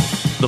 The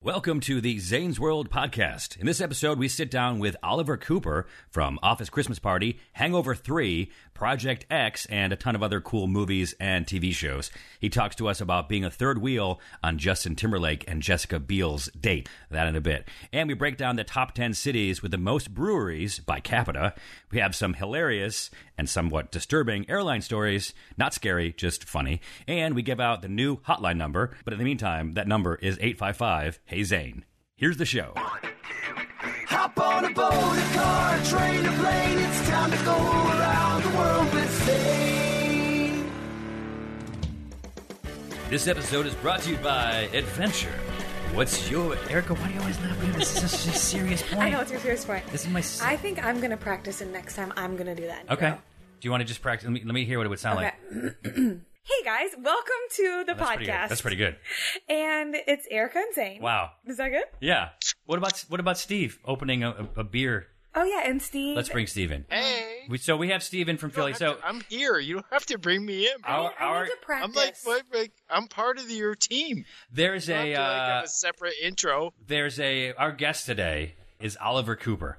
Welcome to the Zane's World podcast. In this episode, we sit down with Oliver Cooper from Office Christmas Party, Hangover 3, Project X, and a ton of other cool movies and TV shows. He talks to us about being a third wheel on Justin Timberlake and Jessica Biel's date. That in a bit. And we break down the top 10 cities with the most breweries by capita. We have some hilarious and somewhat disturbing airline stories. Not scary, just funny. And we give out the new hotline number. But in the meantime, that number is 855 Hey Zane. Here's the show. Hop on a boat, a car, a train, a plane. It's time to go around the world with Zane. This episode is brought to you by Adventure. What's your Erica? Why do you always laugh? at me? This is such a serious point. I know it's your serious point. This is my s- I think I'm gonna practice, and next time I'm gonna do that. in okay. Euro. Do you want to just practice? Let me, let me hear what it would sound Okay. like. Oh, hey guys, welcome to the That's podcast. pretty good. That's pretty good. And it's Erica and Zane. Wow. Is that good? Yeah. What about what about Steve opening a, a, a beer? Oh yeah, and Steve. Let's bring Steve in. Hey, We, so we have Steve in from you don't Philly. have So to- I'm here. You don't have to bring me in. I, our, need- I our- need to I'm practice. like, what, like, I'm part of your team. there's You don't a have to, like, uh, have a separate intro. there's a our guest today is Oliver Cooper,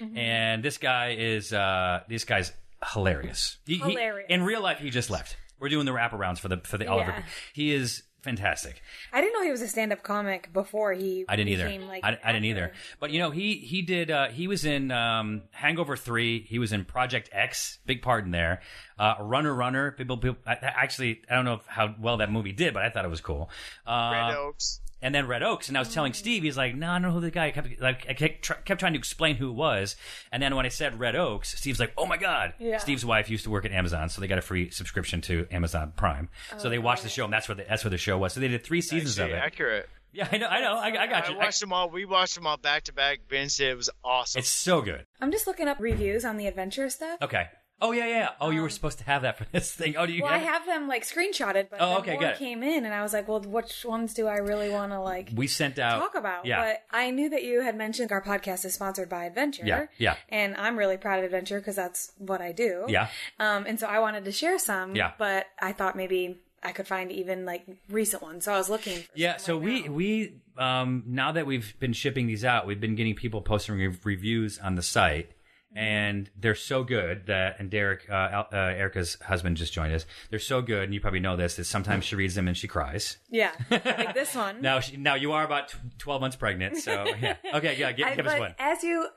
Mm-hmm. and this guy is uh, this guy's hilarious. He- he- Hilarious. in real life, he just left. We're doing the wraparounds for the for the Oliver. Yeah. He is fantastic. I didn't know he was a stand-up comic before he. I didn't either. became, Like, I, I didn't either. actor. But you know, he he did. Uh, he was in um, Hangover Three. He was in Project X. Big part in there. Uh, Runner Runner. People, people. I, I- actually, I don't know if, how well that movie did, but I thought it was cool. Uh, Red Oaks. and then Red Oaks. And I was telling Mm-hmm. Steve, he's like, "No, I don't know who the guy." I kept, like, I kept, tr- kept trying to explain who it was. And then when I said Red Oaks, Steve's like, "Oh my god!" Yeah. Steve's wife used to work at Amazon, so they got a free subscription to Amazon Prime. so Oh, they watched the show, and that's where the, that's where the show was. So they did three seasons Actually, of it. accurate. yeah, I know, I know, I, I got I you. watched them all. We watched them all back to back. Ben said it was awesome. it's so good. I'm just looking up reviews on the adventure stuff. Okay. Oh yeah, yeah. Oh, you were supposed to have that for this thing. Oh, do you? Um, Well, I have it? have them like screenshotted, but Oh, then okay, more got it. came in, and I was like, well, which ones do I really want to like? We sent out. talk about. Yeah. But I knew that you had mentioned our podcast is sponsored by Adventure. Yeah, yeah. And I'm really proud of Adventure because that's what I do. Yeah. Um, and so I wanted to share some. Yeah. But I thought maybe I could find even like recent ones. So I was looking. For yeah. So some we right now. we um now that we've been shipping these out, we've been getting people posting re- reviews on the site. Mm-hmm. And they're so good that, and Derek, uh, Al- uh, Erica's husband just joined us. They're so good, and you probably know this. That sometimes she reads them and she cries. Yeah. like this one. Now, she, now you are about tw- twelve months pregnant, so yeah. Okay, yeah, give, I- give but us one. As you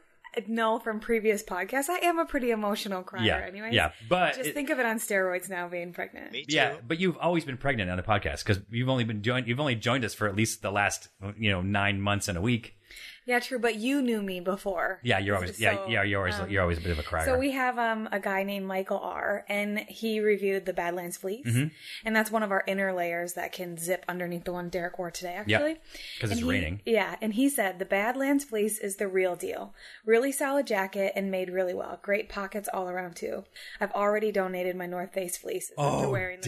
know from previous podcasts, I am a pretty emotional crier Yeah, anyways. yeah, but Just it- think of it on steroids now being pregnant. Me too. Yeah, but you've always been pregnant on the podcast because you've only been joined. You've only joined us for at least the last you know nine months and a week. Yeah, true. But you knew me before. Yeah, you're always yeah So, yeah you're always um, you're always a bit of a crier. So we have um, a guy named Michael R, and he reviewed the Badlands Fleece, Mm-hmm. and that's one of our inner layers that can zip underneath the one Derek wore today, Yeah, actually. 'cause And it's he- raining. Yeah, and he said the Badlands Fleece is the real deal. Really solid jacket and made really well. Great pockets all around too. I've already donated my North Face fleece. after oh wearing this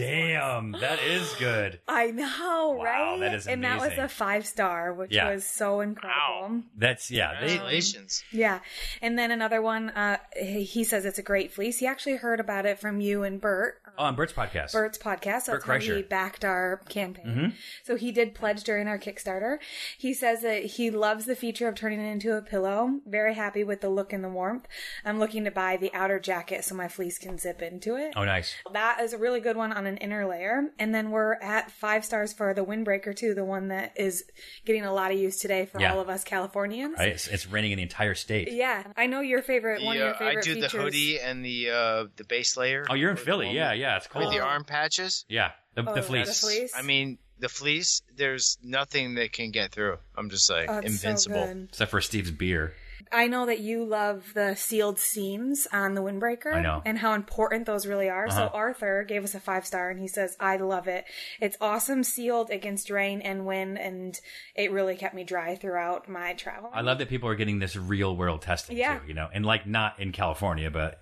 damn, one. that is good. I know, Wow, right? that is and that was amazing. a five star, which Yeah. was so incredible. That's yeah. They, they, Congratulations. Yeah. And then another one, uh, he he says it's a great fleece. He actually heard about it from you and Bert, oh, on Bert's podcast. Mm-hmm. Bert's podcast. So Bert that's how he Kreischer. backed our campaign. So he did pledge during our Kickstarter. He says that he loves the feature of turning it into a pillow. Very happy with the look and the warmth. I'm looking to buy the outer jacket so my fleece can zip into it. Oh, nice. That is a really good one on an inner layer. And then we're at five stars for the windbreaker too, the one that is getting a lot of use today for Yeah. all of us Californians. Right? It's, it's raining in the entire state. Yeah, I know your favorite. One of your The, uh, I favorite do features. the hoodie and the uh, the base layer. Oh, you're in Or the Philly. one Yeah, with- yeah. It's cold. With the arm patches. yeah, the, Oh, the the fleece. fleece. I mean, the fleece. There's nothing that can get through. I'm just like Oh, it's so invincible. good. Except for Steve's beer. I know that you love the sealed seams on the windbreaker. I know. Uh-huh. and how important those really are. So Arthur gave us a five star, and he says, "I love it. It's awesome, sealed against rain and wind, and it really kept me dry throughout my travel." I love that people are getting this real world testing Yeah. too. You know, and like not in California, but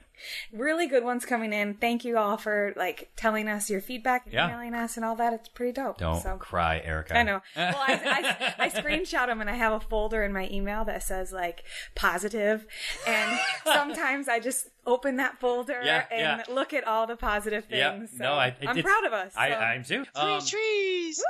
Really good ones coming in. Thank you all for like telling us your feedback, and Yeah. emailing us, and all that. It's pretty dope. Don't so. cry, Erica. I know. Well, I, I, I screenshot them and I have a folder in my email that says like positive, and sometimes I just open that folder Yeah, and yeah. look at all the positive Yeah. things. So No, I, I'm it's- proud of us. I, so. I'm too. Um, trees.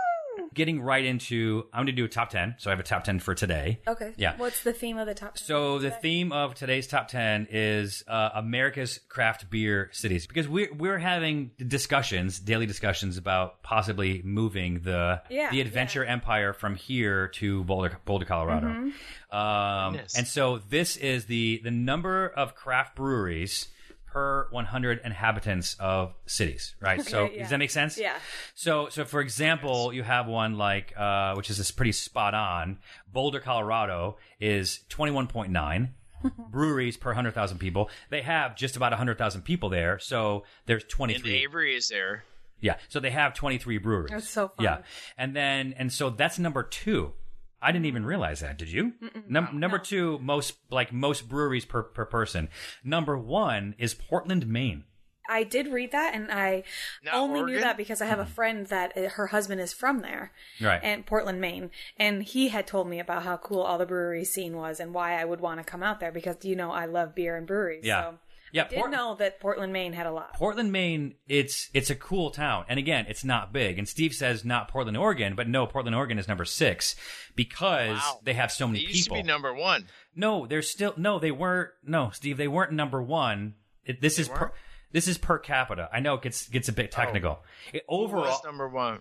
getting right into, I'm going to do a top 10. So I have a top 10 for today. okay. Yeah. What's the theme of the top? So the theme of today's top ten is uh, America's craft beer cities because we're we're having discussions, daily discussions about possibly moving the Yeah, the adventure empire from here to Boulder, Boulder, Colorado. Mm-hmm. Um, Goodness. and so this is the the number of craft breweries per 100 inhabitants of cities, right? so yeah. does that make sense? Yeah. So, so for example, you have one like, uh, which is this pretty spot on. Boulder, Colorado is 21.9 breweries per 100,000 people. They have just about 100,000 people there. So there's And 23. Avery is there. yeah. So they have 23 breweries. That's so fun. Yeah. And then, and so that's number two. I didn't even realize that. Did you? Num- number two, most like most breweries per, per person. Number one is Portland, Maine. I did read that, and I Not only knew Oregon? that because I have a friend that uh, her husband is from there, Mm-hmm. Right. and Portland, Maine, and he had told me about how cool all the brewery scene was and why I would want to come out there because you know I love beer and breweries. Yeah. So Yeah, I did Port- know that Portland, Maine had a lot. Portland, Maine, it's it's a cool town. And again, it's not big. And Steve says not Portland, Oregon, but no, Portland, Oregon is number six because Wow. they have so It many used people. to be number one. no, they're still no, they weren't no, Steve, they weren't number one. It, this is per, weren't? Oh. this is per capita. I know it gets gets a bit technical. It- Who overall was number one.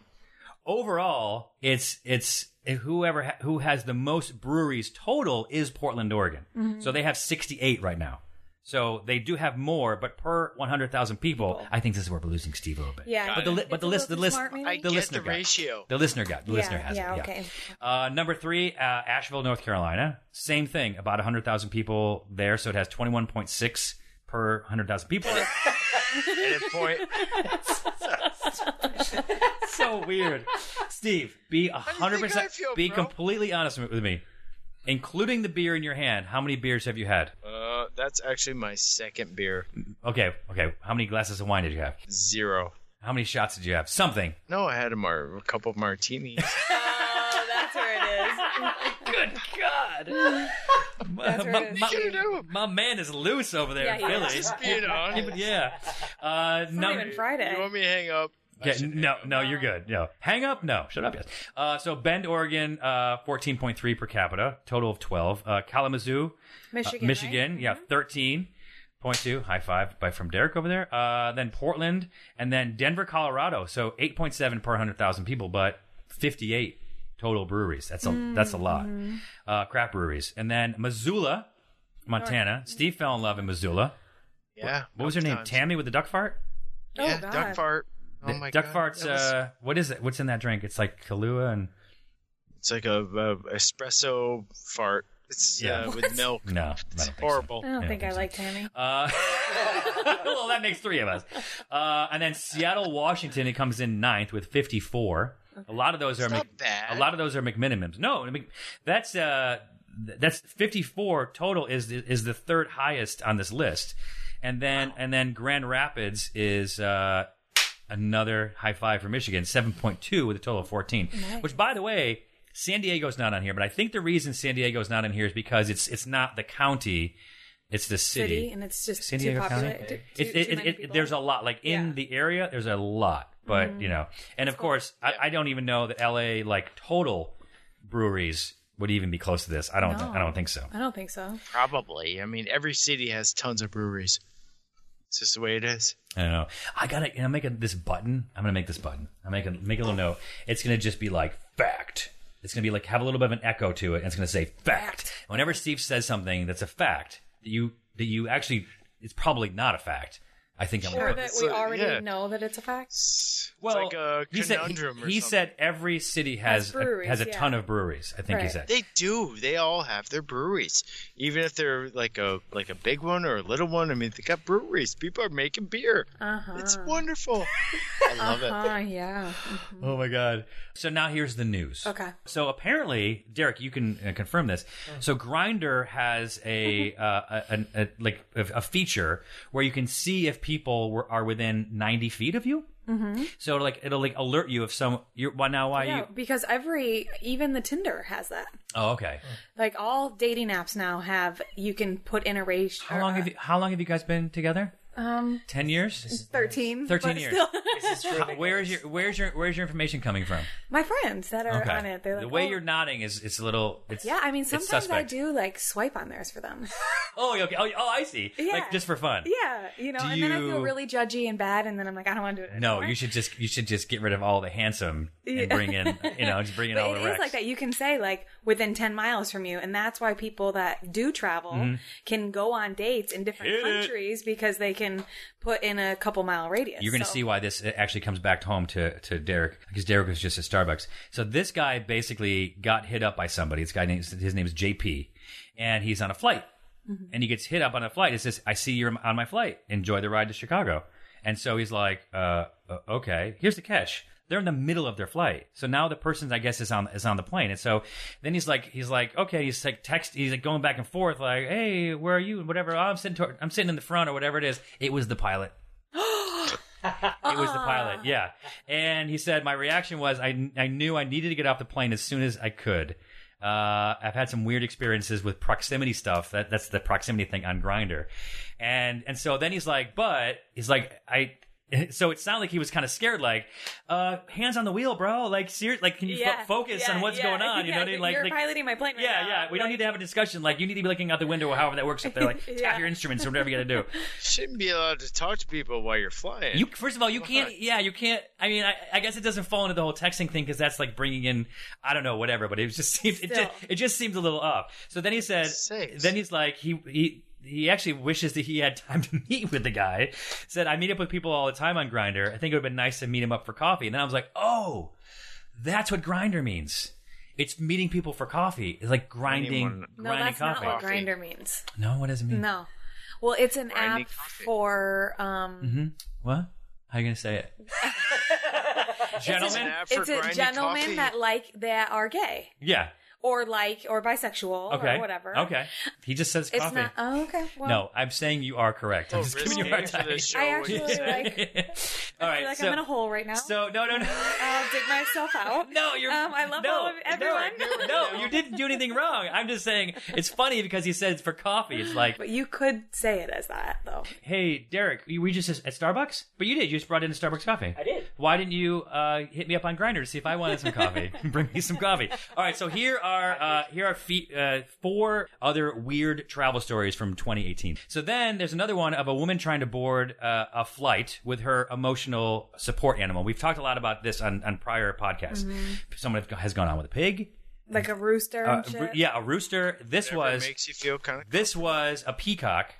overall, it's it's whoever ha- who has the most breweries total is Portland, Oregon. Mm-hmm. So they have 68 right now. So they do have more, but per 100,000 people, I think this is where we're losing Steve a little bit. Yeah, but the li- It's but the a list the little too list smart, maybe? I the get listener the got it. ratio. the listener got the Yeah, listener has yeah, it. okay. Uh, number three, uh, Asheville, North Carolina. Same thing. About 100,000 people there, so it has 21.6 per 100,000 people. And it point. so weird. Steve, be do you think 100% I feel, be bro? completely honest with me. Including the beer in your hand, how many beers have you had? uh, that's actually my second beer. Okay, okay. How many glasses of wine did you have? Zero. How many shots did you have? Something. No, I had a, mar- a couple martinis. Oh, that's where it is. Good Oh, God. my, where it is. my- Should've known. my man is loose over there Yeah, in he Philly. is. Just being honest. Yeah. Uh, Not num- even Friday. You want me to hang up? yeah, no, no, you're good. No, hang up. No, shut up. Yes. Uh, so Bend, Oregon, uh, 14.3 per capita, total of 12. Uh, Kalamazoo, Michigan. right? Mm-hmm. Michigan, yeah, thirteen point two. High five by from Derek over there. Uh, then Portland, and then Denver, Colorado. So eight point seven per hundred thousand people, but fifty eight total breweries. That's a that's a lot. Mm-hmm. Uh, crap breweries, and then Missoula, Montana. Steve fell in love in Missoula. Yeah. What was her name? Times. Tammy with the duck fart. Oh, Yeah, God. duck fart. Oh The my god. duck farts. That was- Uh, what is it? What's in that drink? It's like Kahlua and it's like a, a espresso fart. It's Yeah. uh, with milk. no, I don't It's think so. horrible. I don't think I so. like Tammy. Uh, well, that makes three of us. Uh, and then Seattle, Washington, it comes in ninth with 54. A lot of those are not Mc- bad. a lot of those are McMinimums. No, I mean, that's uh, th- that's 54 total is the, is the third highest on this list, and then and then Grand Rapids is. Uh, Another high five for Michigan, 7.2 with a total of 14. Which, by the way, San Diego's not on here, but I think the reason San Diego's not on here is because it's it's not the county, it's the City, city. and it's just San too Diego popular. County. Too- It, too- it, too it, many it- people. there's a lot. Like in Yeah. Mm-hmm. the area, there's a lot. But you know, and of course, I, I don't even know that LA like total breweries would even be close to this. I don't. No. I don't think so. I don't think so. Probably. I mean, every city has tons of breweries. It's just the way it is. I don't know. I gotta. I'm making this button. I'm gonna make this button. I'm making make a little note. It's gonna just be like fact. It's gonna be like have a little bit of an echo to it, and it's gonna say fact. Whenever Steve says something that's a fact, that you that you actually, it's probably not a fact. I think I'm Sure right. that it's we a- already yeah. know that it's a fact. It's well, like a he said- conundrum. He, or he something. said every city has Has breweries, a, has a ton yeah. of breweries. I think he Right. said. They do. They all have their breweries, even if they're like a like a big one or a little one. I mean, they got breweries. People are making beer. Uh huh. It's wonderful. I love it. Uh, yeah. Oh my god! So now here's the news. Okay. So apparently, Derek, you can uh, confirm this. So Grinder has a, uh, a, an- a like a, a feature where you can see if people were, are within 90 feet of you. Mm-hmm. So like it'll like alert you if some. You're, why now? Why Yeah, you? because every even the Tinder has that. Oh, okay. Like all dating apps now have you can put in a race. How long have you? How long have you guys been together? Um, Ten years. thirteen. 13 but years. still- How- where is your Where's your Where's your information coming from? my friends that are on it, they're like, the way oh. you're nodding is it's a little. It's, Yeah, I mean, it's sometimes I suspect. do like swipe on theirs for them. Oh, okay. Oh, oh, I see. Yeah. Like just for fun. yeah, you know, Do and then I feel you- really judgy and bad, and then I'm like, I don't want to do it. No, anymore. you should just you should just get rid of all the handsome and bring in you know just bring in But all it the is rest. like that. You can say like within ten miles from you, and that's why people that do travel can go on dates in different Mm-hmm. Hit it. countries because they can put in a couple mile radius. You're going to So- see why this actually comes back home to, to Derek because Derek was just at Starbucks. So this guy basically got hit up by somebody. This guy named his name is JP, and he's on a flight, Mm-hmm. and he gets hit up on a flight. It says, "I see you're on my flight. Enjoy the ride to Chicago." And so he's like, uh, uh, "Okay." Here's the catch: they're in the middle of their flight. So now the person, I guess, is on is on the plane. And so then he's like, he's like, okay, he's like text, he's like going back and forth, like, "Hey, where are you?" and whatever. Oh, I'm sitting, toward, I'm sitting in the front or whatever it is. It was the pilot. It was the Uh-uh. pilot, yeah. And he said, My reaction was, I, I knew I needed to get off the plane as soon as I could. Uh, I've had some weird experiences with proximity stuff. That, that's the proximity thing on Grinder. And, and so then he's like, But he's like, I, so it sounded like he was kind of scared, like, uh, hands on the wheel, bro. Like, serious, like, can you fo- Yeah, focus yeah, on what's yeah, going on? You know yeah, what I mean? Like, you're like- piloting my plane right yeah, now. yeah. We don't Like- need to have a discussion. Like, you need to be looking out the window, or however that works up there. Like, Yeah. tap your instruments or whatever you got to do. Shouldn't be allowed to talk to people while you're flying. You first of all, you can't. Yeah, you can't. I mean, I, I guess it doesn't fall into the whole texting thing because that's like bringing in, I don't know, whatever. But it just seems it just, Still. it just seems a little off. So then he said, Sakes. then he's like, he he he actually wishes that he had time to meet with the guy. Said I meet up with people all the time on Grinder. I think it would have been nice to meet him up for coffee. And then I was like, oh, that's what Grinder means. It's meeting people for coffee. It's like grinding, Anyone. No, grinding that's coffee. not what Coffee. Grinder means. no, what does it mean? No. Well, it's an Grinding app coffee. for Mm-hmm. um, What? How are you gonna say it? Gentlemen, an app for it's a grinding gentleman coffee. that like that are gay yeah. or like or bisexual Okay. or whatever. Okay. He just says It's coffee. not. Oh, okay. Well, no, I'm saying you are correct. I'm Oh, just giving you a hard risky for time. this show, I what you actually say. like. all I feel right. like so, I'm in a hole right now. so no, no, no. I'll dig myself out. No, you're. Um, I love no, all of everyone. No, no, you didn't do anything wrong. I'm just saying it's funny because he said it's for coffee. It's like, But you could say it as that though. hey, Derek, you were you just at Starbucks? But you did. You just brought in a Starbucks coffee. I did. Why didn't you uh, hit me up on Grinder to see if I wanted some coffee? Bring me some coffee. All right. So here are uh, here are fe- uh, four other weird travel stories from 2018. So then there's another one of a woman trying to board uh, a flight with her emotional support animal. We've talked a lot about this on, on prior podcasts. Someone has gone on with a pig. Like a rooster and Uh, shit. ro- yeah, a rooster. This Whatever was makes you feel kind of. this was a peacock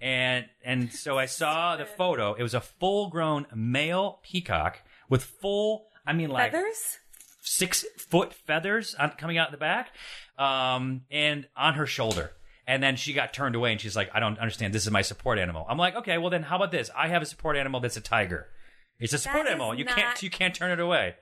and and so i saw the photo it was a full grown male peacock with full i mean like Feathers? six foot feathers on, coming out the back um, and on her shoulder and then she got turned away and she's like i don't understand this is my support animal i'm like okay well then how about this i have a support animal that's a tiger it's a support is animal you not- can't you can't turn it away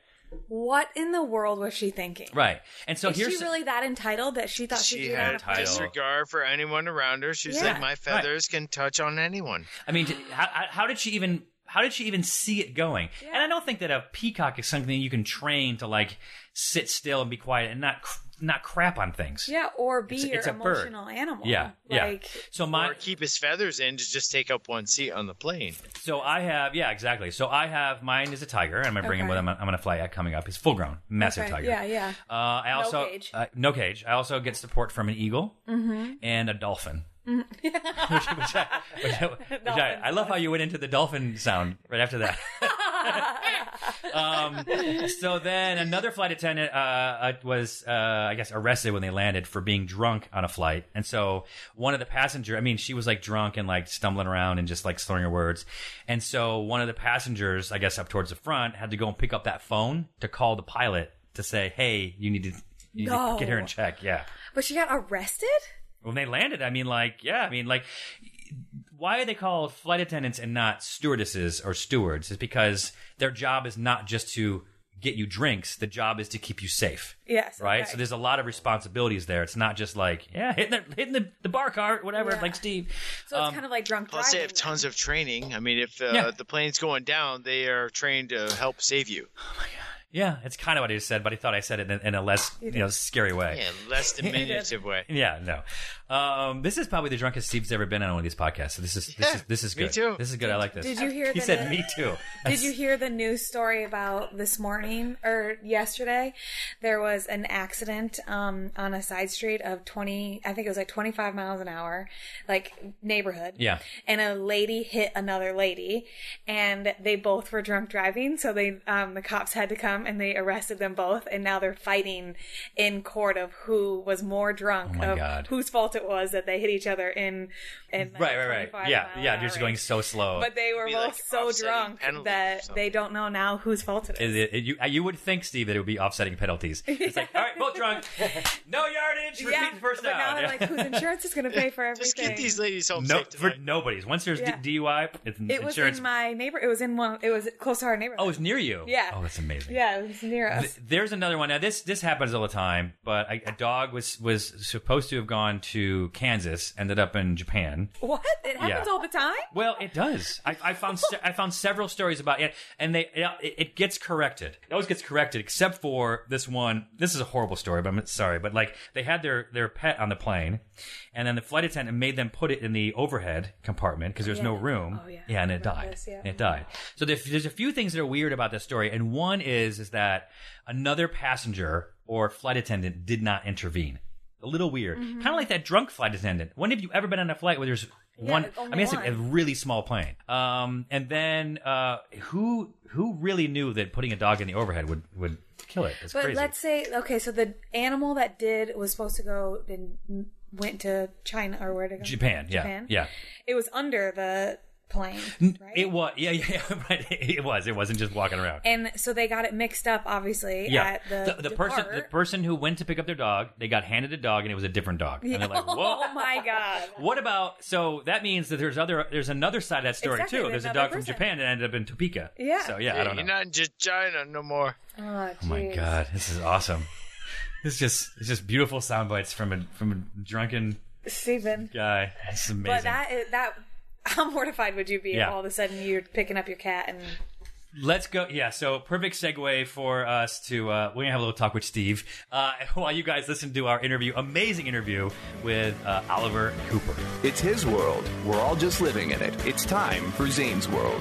What in the world was she thinking? right and so Is here's she really that entitled that she thought she, She could had had title. disregard for anyone around her. She's Yeah. like, my feathers can touch on anyone. I mean, how, how did she even? How did she even see it going? And I don't think that a peacock is something you can train to like sit still and be quiet and not cr- not crap on things. Yeah, or be It's- your it's a bird. emotional animal. yeah, yeah. Like So my or keep his feathers in to just take up one seat on the plane. so I have yeah exactly. So I have mine is a tiger. and I'm gonna bring him Okay. with him. I'm gonna fly out coming up. He's full grown, massive okay, tiger. Yeah, yeah. Uh, I also cage. Mm-hmm. Uh, no cage. I also get support from an eagle and a dolphin. which, which I, which I- which I- I love how you went into the dolphin sound right after that. um, so then another flight attendant uh, uh, was, uh, I guess, arrested when they landed for being drunk on a flight. And so one of the passenger, I mean, she was like drunk and like stumbling around and just like slurring her words. And so one of the passengers, I guess, up towards the front, had to go and pick up that phone to call the pilot to say, "Hey, you need to." You need No. to get her in check, yeah. But she got arrested? When they landed, I mean, like, yeah, I mean, like, why are they called flight attendants and not stewardesses or stewards? Is because their job is not just to get you drinks. The job is to keep you safe, Yes. right? okay. So there's a lot of responsibilities there. It's not just like, yeah, hitting the, hitting the, the bar cart, whatever, Yeah. like Steve. So it's kind of like drunk Plus, they driving. have tons of training. I mean, if uh, Yeah. the plane's going down, they are trained to help save you. Yeah, it's kind of what I just said, but I thought I said it in, in a less, you know, scary way. Yeah, less diminutive way. Yeah, no. Um, this is probably the drunkest Steve's ever been on one of these podcasts. So this is this Yeah, is this is me good. too. This is good. I like this. did you hear He the- said, "Me too." Did you hear the news story about this morning or yesterday? There was an accident um, on a side street of 20, I think it was like 25 miles an hour, like neighborhood. Yeah. And a lady hit another lady, and they both were drunk driving. So they, um, the cops had to come and they arrested them both. And now they're fighting in court of who was more drunk, Oh my of God. whose fault it was that they hit each other in, in uh, like, Right, right, 25 right. Yeah, mile an yeah. You're just hour going range. so slow. But they were be, both like, so offsetting drunk penalties or that something. they don't know now whose fault it is. Is it- you, you would think, Steve, that it would be offsetting penalties. It's like, all right, both drunk, no yardage, repeat yeah, first but now down. they're like, whose insurance is going to pay for Just everything? get these ladies home no, safe for tonight. nobody's. Once there's Yeah. D- DUI, it's n- it was insurance. in my neighbor. It was in one. It was close to our neighborhood. oh, it's near you. Yeah. Oh, that's amazing. yeah, it was near us. Th- There's another one. Now this this happens all the time, but a, a dog was was supposed to have gone to Kansas, ended up in Japan. what? It happens Yeah. all the time. Well, it does. I, I found se- I found several stories about it, and they it, it gets corrected. It always gets corrected, except for this one. This is a horrible story, but I'm sorry. But like they had their their pet on the plane, and then the flight attendant made them put it in the overhead compartment because there's no room. Oh, yeah. and it I remember died. this, yeah. And it died. So there's, there's a few things that are weird about this story, and one is is that another passenger or flight attendant did not intervene. A little weird, Mm-hmm. kind of like that drunk flight attendant. When have you ever been on a flight where there's one? I only mean, it's a- one. a really small plane. Um, and then uh, who who really knew that putting a dog in the overhead would would kill it? It's But crazy. let's say okay. So the animal that did was supposed to go and went to China or where to go? Japan, yeah, Japan? yeah. It was under the plane, right? It was, yeah, yeah, yeah, right. It was. It wasn't just walking around. and so they got it mixed up, obviously. yeah, At the, the, person, the depart. person who went to pick up their dog, they got handed a dog, and it was a different dog. And they're like, "Whoa, Oh my god. What about so that means that there's other there's another side of that story Exactly, too. There's there's a another dog from person. Japan that ended up in Topeka. Yeah. So yeah, I don't know. You're not in China no more. Oh, oh my jeez. god, this is awesome. This is just it's just beautiful sound bites from a from a drunken Steven. guy. This is amazing. But that is that. How mortified would you be Yeah. if all of a sudden you're picking up your cat and Let's go. Yeah, so perfect segue for us to uh, we're gonna have a little talk with Steve uh, while you guys listen to our interview, amazing interview with uh, Oliver Cooper. It's his world. We're all just living in it. It's time for Zane's World.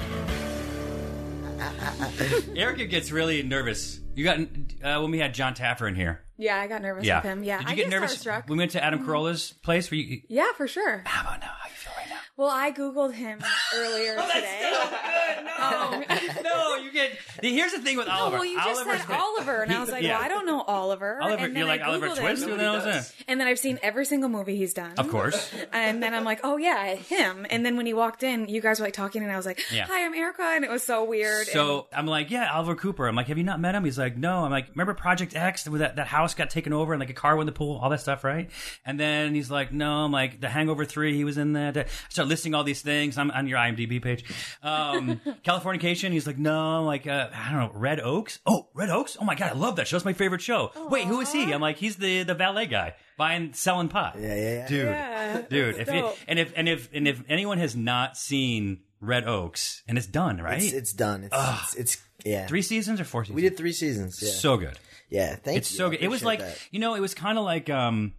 Erica gets really nervous. You got uh, when we had John Taffer in here. yeah, I got nervous with him. Yeah, Did you I get get nervous starstruck. Mm-hmm. when we went to Adam Carolla's place? Were you? yeah, for sure. How about now? How you feel right now? Well, I googled him earlier today. good. No, no, you get. Here's the thing with Oliver. Oh, well, you just Oliver's said been- Oliver, and I He- was like, yeah. well, I don't know Oliver. Oliver, and then you're I like Oliver Googled Twist, him. and then I was like, And then I've seen every single movie he's done. of course. And then I'm like, oh yeah, him. And then when he walked in, you guys were like talking, and I was like, Yeah. hi, I'm Erica, and it was so weird. So I'm like, yeah, Oliver Cooper. I'm like, have you not met him? He's like, no. I'm like, remember Project X? Where that, that house got taken over and like a car went in the pool, all that stuff, right? And then he's like, no. I'm like, The Hangover Three, he was in that. I start listing all these things. I'm on your IMDb page. Um, Californication. He's like, no. I'm like, uh, I don't know, Red Oaks. Oh, Red Oaks. Oh my god, I love that show. It's my favorite show. Wait, who is he? I'm like, he's the the valet guy buying selling pot. Yeah, yeah, yeah. dude, Yeah, dude. that's If it, dope. and if and if and if anyone has not seen Red Oaks, and it's done, right? It's, it's done. It's, it's, it's yeah. Three seasons or four seasons? we did three seasons. Yeah, so good. yeah. Thank It's you. so I good. It was appreciate like that. you know, it was kind of like um,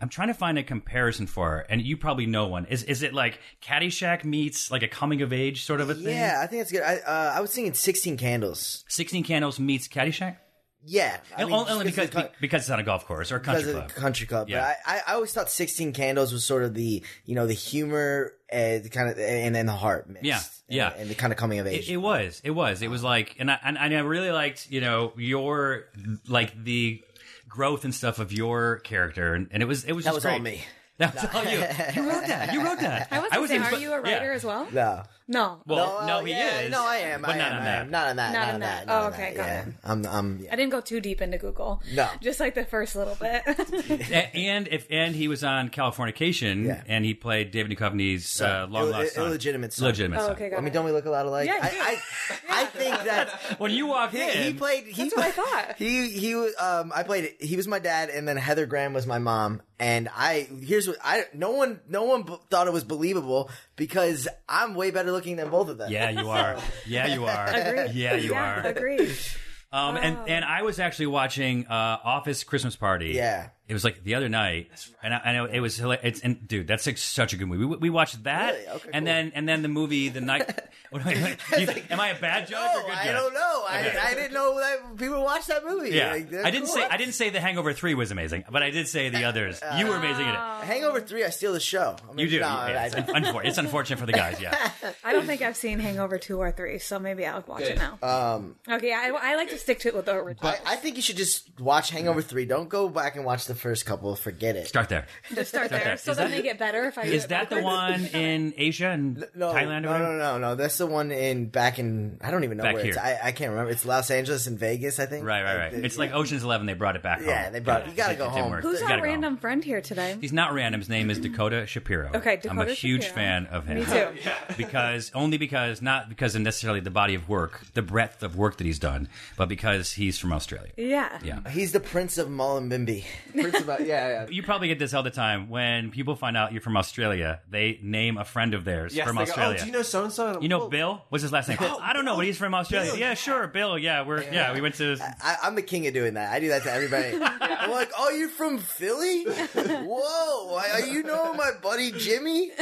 I'm trying to find a comparison for it, and you probably know one. Is is it like Caddyshack meets like a coming of age sort of a thing? yeah. I think it's good. I uh, I was singing Sixteen Candles. Sixteen Candles meets Caddyshack. Yeah, I mean, only only just because it's be- because it's on a golf course or a because country of club. country club. Yeah. But I, I, I always thought Sixteen Candles was sort of the you know the humor uh, kind of, and then the heart mixed. Yeah, yeah. and, and the kind of coming of age. It, it was. It was. It was like, and I and, and I really liked, you know, your like the growth and stuff of your character, and, and it was it was just that was great. all me. That was all you. You wrote that. You wrote that. I was, gonna say, in- are you a yeah. writer as well? No. No. Well, no, he yeah, is. No, I am. but I not am, on I that. am. Not on that. Not Not on on that. that. Oh, not on okay, that, got yeah. it. I'm. I'm. I Um, Yeah. didn't go too deep into Google. No. Just like the first little bit. A- and if and he was on Californication, Yeah. and he played David Duchovny's uh, long Ill- lost son. illegitimate son. Legitimate oh, son. okay, got I mean, it. don't we look a lot alike? Yeah, you I, I, I think that When you walked he, in, he played. He That's what I thought. He he was. Um, I played. He was my dad, and then Heather Graham was my mom. And I here's what I no one no one b- thought it was believable because I'm way better looking than both of them. Yeah, you are. Yeah, you are. Agreed. Yeah, you are. Agreed. Um, and and I was actually watching uh, Office Christmas Party. Yeah. It was like the other night, and I, and it- it was hila- it's and dude, that's like such a good movie. We, we watched that, Really? Okay, and cool. then and then the movie the night. What am, I, you- am I a bad judge or Oh, a good I judge? don't know. Okay. I, I didn't know that people watched that movie. Yeah, Like, that's I didn't cool. say I didn't say The Hangover Three was amazing, but I did say the others. you were amazing in it. Hangover three. I steal the show. I mean, You do. no, Yeah, I it's, don't. unfor- it's unfortunate for the guys. Yeah, I don't think I've seen Hangover 2 or 3, so maybe I'll watch it now. okay, I, I like to stick to it with the original. Um, I, I think you should just watch Hangover three. Don't go back and watch the first couple. Forget it. start there. Just start there. there. So Is then that- they get better if I do Is it that the backwards. one in Asia and No, Thailand? or no, whatever? no, no, no. That's the one in back in I don't even know Back where it's. here. I, I can't remember. It's Los Angeles and Vegas, I think. Right, right, right. Uh, It's like Ocean's Eleven. They brought it back. Yeah, home. they brought- you gotta it go didn't home. work. Who's You our gotta go home. random friend here today? He's not random. His name is Dakota Shapiro. Okay, I'm a Dakota huge Shapiro. fan of him. Me too. Because only because not because of necessarily the body of work, the breadth of work that he's done, but because he's from Australia. Yeah. Yeah. He's the Prince of Mullumbimby. Prince of, uh, yeah, yeah. You probably get this all the time when people find out you're from Australia. They name a friend of theirs Yes, from they go, Australia. Oh, do you know so and so? You know Bill? What's his last name? Oh, I don't know, but he's from Australia. Yeah, sure, Bill. Yeah, we're yeah, we went to I, I'm the king of doing that. I do that to everybody. I'm like, oh, you're from Philly? Whoa, I, you know my buddy Jimmy?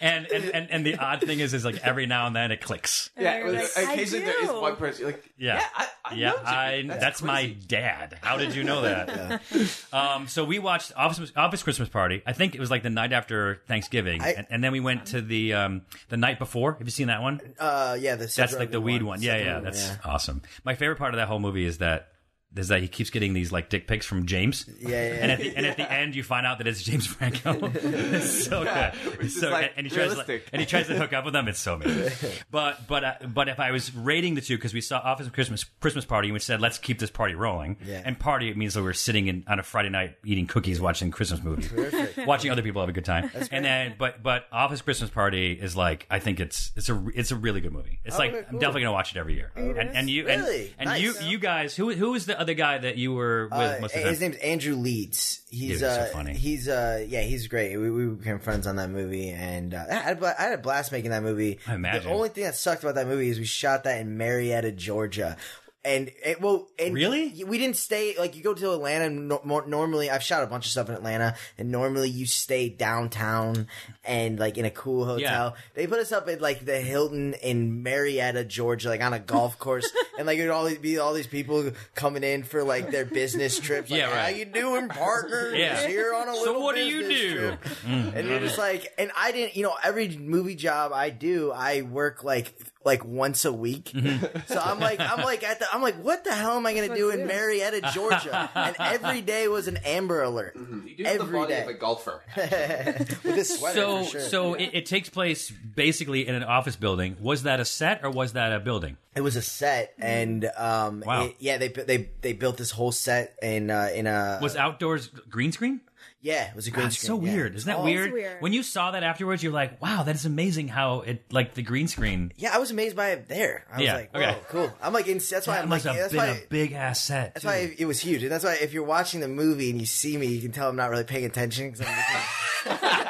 and, and, and, and the odd thing is is like every now and then it clicks. Yeah, you're it- like, I occasionally there is do. one person you're like, Yeah. I, I yeah, know Jimmy. I, that's, my crazy. dad. How did you know that? um, so we watched Office, Office Christmas Party. I think it was like the night after Thanksgiving, I- and, and then we went to the um, the night before. Have you seen that one? Uh, yeah, the that's Seth like the Rogen weed one. Yeah, Seth yeah, Rogen, that's awesome. My favorite part of that whole movie is that is that he keeps getting these like dick pics from James. yeah, yeah. And at, the, and at the end, you find out that it's James Franco. it's so good. which It's is, so, like, and, he tries to, like- realistic. and he tries to hook up with them. It's so mean. But but uh, but if I was rating the two, because we saw Office of Christmas Christmas Party, which said let's keep this party rolling. Yeah. And party it means that we're sitting in, on a Friday night eating cookies, watching Christmas movies, watching other people have a good time. and then but but Office Christmas Party is like I think it's it's a it's a really good movie. It's like Oh, okay, I'm cool. definitely gonna watch it every year. and, and you and, Really? and you Nice. you guys who who is the other guy that you were with Uh, most of the his time? name's Andrew Leeds. He's Dude, he's so uh, funny. He's uh, yeah, he's great. We, we became friends on that movie, and uh, I, had a bla- I had a blast making that movie. I imagine. The only thing that sucked about that movie is we shot that in Marietta, Georgia. And it well, and Really? we didn't stay like you go to Atlanta. and No, more, normally, I've shot a bunch of stuff in Atlanta, and normally you stay downtown and like in a cool hotel. They put us up at like the Hilton in Marietta, Georgia, like on a golf course, and like it'd all be all these people coming in for like their business trips. Like, Yeah, right. How you doing, partner? Yeah. Just Here on a So little what do you business do? trip." Mm. and you're just like, and I didn't, you know, every movie job I do, I work like like once a week. Mm-hmm. so I'm like, I'm like at the, I'm like, what the hell am I gonna do in do. Marietta, Georgia? and every day was an Amber Alert You do have the Mm-hmm. Every body day. of a golfer. with this sweater. So, for sure. so it, it takes place basically in an office building. Was that a set or was that a building? It was a set, and um, Wow. it- yeah, they bu- they they built this wole set in uh, in a Was outdoors green screen? yeah, it was a green That's screen. so yeah. weird. Isn't that Oh, weird? weird. When you saw that afterwards, you're like, wow, that is amazing how it, like, the green screen. Yeah, I was amazed by it there. I Yeah, was like, whoa, okay. cool. I'm like, in, that's why That I'm like, must have that's been why. a big ass set. that's why it was huge, and that's why if you're watching the movie and you see me, you can tell I'm not really paying attention because I'm looking-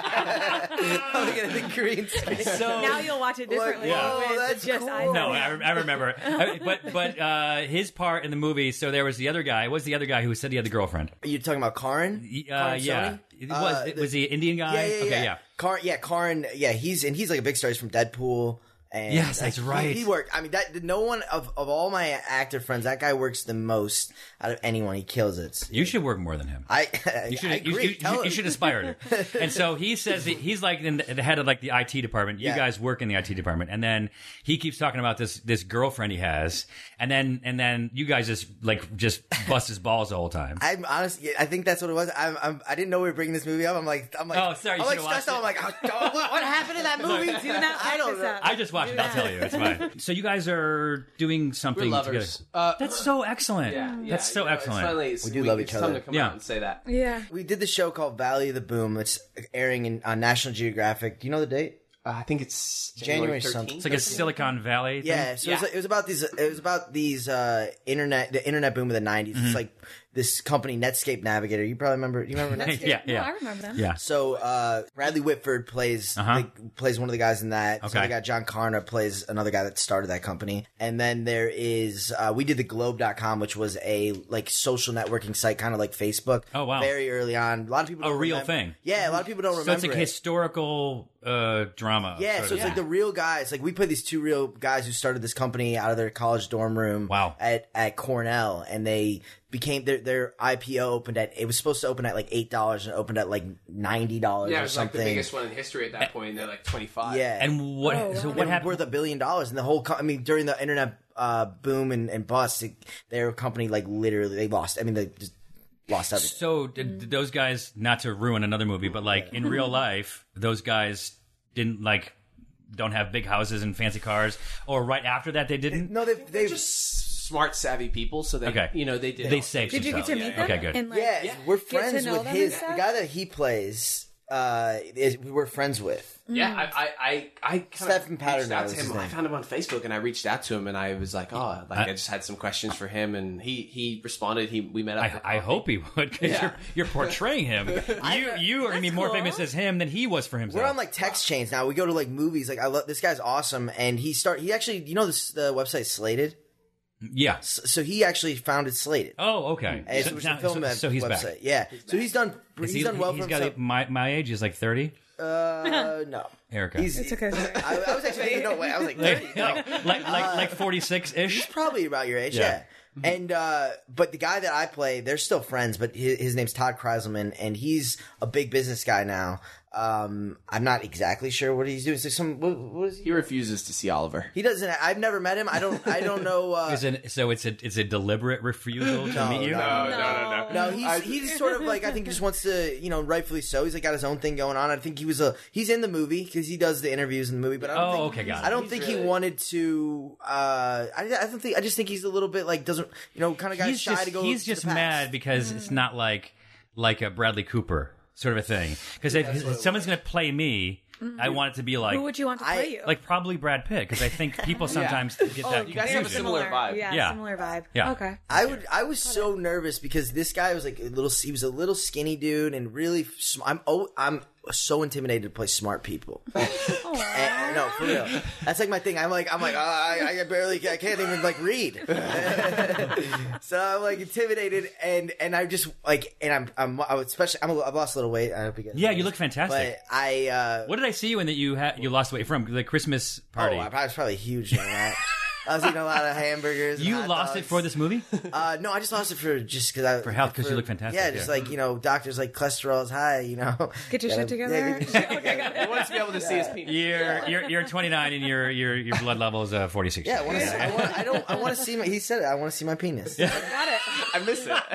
I'm looking at the green screen. So, Now you'll watch it differently. Yeah. whoa, with that's just cool. eyes. no, I, re- I remember. I- but but uh, his part in the movie, so there was the other guy. Was the other guy who said he had the girlfriend? You're talking about Karin? He- Uh, Karin yeah. Sony? It Uh, was, was he an Indian guy? Yeah, yeah, okay, yeah. yeah. Karin, yeah, Karin, yeah, he's and he's like a big star. He's from Deadpool. And Yes, that's he- right. He, worked. I mean, that no one of, of all my actor friends, that guy works the most out of anyone. He kills it. You should work more than him. I, You should, I you, agree. you- Tell you- you him. should aspire to. it. And so he says that he's like in the, the head of like the IT department. You Yeah. guys work in the IT department, and then he keeps talking about this this girlfriend he has, and then and then you guys just like just bust his balls the whole time. I'm honestly, I think that's what it was. I'm, I'm, I didn't know we were bringing this movie up. I'm like, I'm like, Oh, sorry, you I'm like should've watched stressed out. I'm like, oh, God, what, what happened in that movie? Do not I I don't this know. up. I just watched it. I'll tell you, it's fine. So you guys are doing something We're together. lovers. Uh, That's so excellent. yeah, yeah, That's so you know, it's excellent. Finally, it's- We do love each it's time other. to come Yeah. out and say that. Yeah. We did the show called Valley of the Boom. It's airing in, on National Geographic. Do you know the date? Uh, I think it's January January, something. something. It's like a Silicon Valley. thing. Yeah, so It, was, it was about these. It was about these uh, internet, the internet boom of the '90s. It's Mm-hmm. like this company, Netscape Navigator. You probably remember. You remember Netscape? yeah, No, I yeah. remember them. Yeah. So uh, Bradley Whitford plays Uh-huh. the- plays one of the guys in that. So Okay. they got John Carna plays another guy that started that company. And then there is uh, we did the globe.com which was a like social networking site kind of like Facebook. Oh, wow. Very early on. A lot of people A don't real remember- thing. Yeah, a lot of people don't So remember it's a it. historical uh, drama. Yeah, sort so of it's like the thing. real guys. Like we played these two real guys who started this company out of their college dorm room. Wow. At at Cornell, and they became their their IPO opened at it was supposed to open at like eight dollars and it opened at like ninety dollars Yeah, it or was like the something. biggest one in history at that point, and they're like 25. yeah, And what? Oh, So wow. what They were happened? worth a billion dollars, and the whole co- I mean during the internet uh, boom and and bust, it, their company like literally they lost. I mean they just lost everything. So did, did those guys, not to ruin another movie, but like in real life, those guys didn't like don't have big houses and fancy cars, or right after that they didn't. No, they they They're just smart, savy people, so they, Okay. you know, they did. They saved Did you get themselves. to meet them? Okay, good. And like, yeah, we're friends know with them his and the stuff? guy that he plays. Uh, is, we're friends with. Yeah, I, I, I, I kinda Stephen reached Patterson out was to his him. name. I found him on Facebook, and I reached out to him, and I was like, oh, like I, just had some questions for him, and he, he responded. He we met up. for I, I coffee. hope he would because Yeah. you're, you're portraying him. you you are gonna be more cool. famous as him than he was for himself. We're on like text chains now. We go to like movies. Like I love this guy's awesome, and he start he actually you know this the website Slated. yeah. S- So he actually founded Slated. Oh, okay. And so, it was a now- film so, that so he's website. back. Yeah. so he's done. Is He's he, done well he's for got himself. a- my my age is like thirty. uh, no, Erica. he's. It's okay. sorry. I, I was actually thinking, no way. I was like, like 30, no. Uh, like like, like forty six ish. probably about your age. Yeah. Mm-hmm. Yeah. And uh, but the guy that I play, they're still friends. But his, his name's Todd Kreiselman, and he's a big business guy now. Um, I'm not exactly sure what he's doing. It's like some what, what is he? he refuses to see Oliver. He doesn't. I've never met him. I don't. I don't know. Uh, Is it- so it's a it's a deliberate refusal to No, meet you. no, no, no, No, he's he's sort of like I think just wants to you know rightfully so. He's like got his own thing going on. I think he was a he's in the movie because he does the interviews in the movie. But I don't Oh, think, okay, got it. I don't think he wanted to. Uh, I, I don't think I just think he's a little bit like doesn't you know kind of got he's shy just, to go. he's to just the past. mad because Mm. it's not like like a Bradley Cooper sort of a thing. Because if someone's going to play me, Mm-hmm. I want it to be like Mm-hmm. Who would you want to play I- you? Oh, like probably Brad Pitt because I think people sometimes get that. Oh, you guys have a confused. similar vibe. Yeah, Yeah. similar vibe. Yeah. Okay. I would. I was so nervous because this guy was like a little. He was a little skinny dude and really. Sm- I'm. Oh, I'm so intimidated to play smart people. And- no, for real. That's like my thing. I'm like. I'm like. Uh, I, I barely. I can't even like read. so I'm like intimidated and and I just like and I'm I'm I would especially I'm a, I've lost a little weight. I hope you guys. Yeah, you look fantastic. But I. uh what did I see you in that you had you lost weight from the Christmas party? Oh, I was probably huge on that. I was eating a lot of hamburgers. and you hot lost it dogs. for this movie? Uh, no, I just lost it for just because I For health, 'cause you look fantastic, Yeah, just yeah. like you know, doctors like cholesterol is high. You know, Get your shit Yeah, together. yeah, get your shit okay, got it. He wants to be able to see his penis. you're, you're you're 29 and your your your blood level is uh, 46. Yeah, I want to. I, wanna, I don't. I want to see my. He said it. I want to see my penis. Got it. I miss it.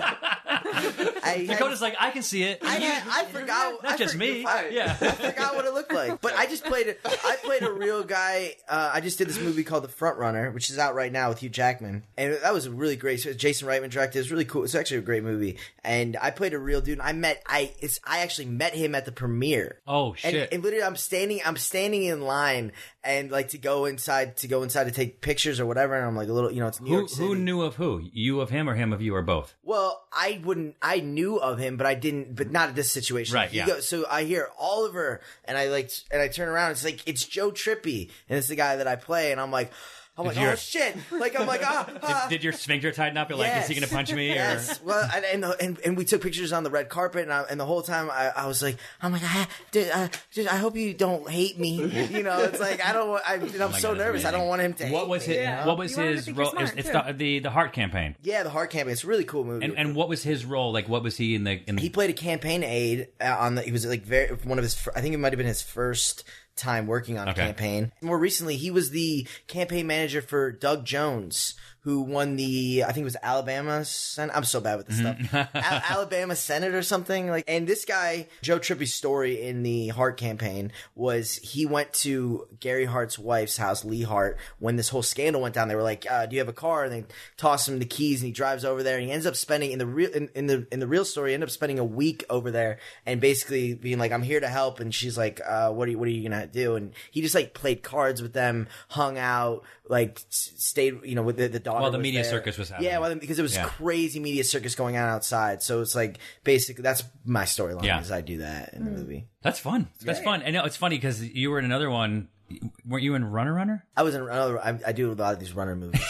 I, Dakota's like I can see it. I, had- I forgot. not I just for- me. I, I yeah. forgot what it looked like. But I just played. I played a real guy. Uh, I just did this movie called The Front Runner, which is out right now with Hugh Jackman, and that was a really great. so Jason Reitman directed. It's really cool. It's actually a great movie. And I played a real dude. And I met. I. It's. I actually met him at the premiere. Oh and, shit. and literally i'm standing i'm standing in line and like to go inside to go inside to take pictures or whatever and i'm like a little you know it's new who york City. who knew of who? You of him or him of you or both? well i wouldn't i knew of him but i didn't but not at this situation Right, He yeah. goes- so i hear oliver and i like and i turn around it's like it's joe trippy and it's the guy that i play and i'm like I'm like, Did your- oh shit! Like I'm like, ah, ah. Did, did your sphincter tighten up? You're like, is he Yes. going to punch me? Or Yes. Well, and, and, the- and and we took pictures on the red carpet, and, I, and the whole time I, I was like, I'm like, ah, dude, uh, dude, I hope you don't hate me. You know, it's like I don't. want- I, and I'm Oh my so God, that's nervous. I amazing. don't want him to. what hate was me. his? What was You want him to his think you're role? It's, smart, it's the, too. the the heart campaign. Yeah, the hard campaign. It's a really cool movie. And and what was his role? Like, what was he in the in he the? played a campaign aide uh, on the he was like very one of his fir- i think it might have been his first time working on Okay. a campaign more recently he was the campaign manager for doug jones who won the i think it was alabama sen- i'm so bad with this stuff Al- alabama senate or something like and this guy joe trippi's story in the hart campaign was he went to gary hart's wife's house lee hart when this whole scandal went down they were like uh, do you have a car and they toss him the keys and he drives over there and he ends up spending in the real in, in the in the real story he ended up spending a week over there and basically being like i'm here to help and she's like uh, what are you, what are you gonna do and he just like played cards with them hung out like s- stayed you know with the, the daughter While the media there. circus was yeah happening. while the, because it was Yeah. crazy media circus going on outside so it's like basically that's my storyline Yeah. is i do that in the movie That's fun. That's fun. I know it's funny because you were in another one. Weren't you in Runner Runner? i was in another I, I do a lot of these runner movies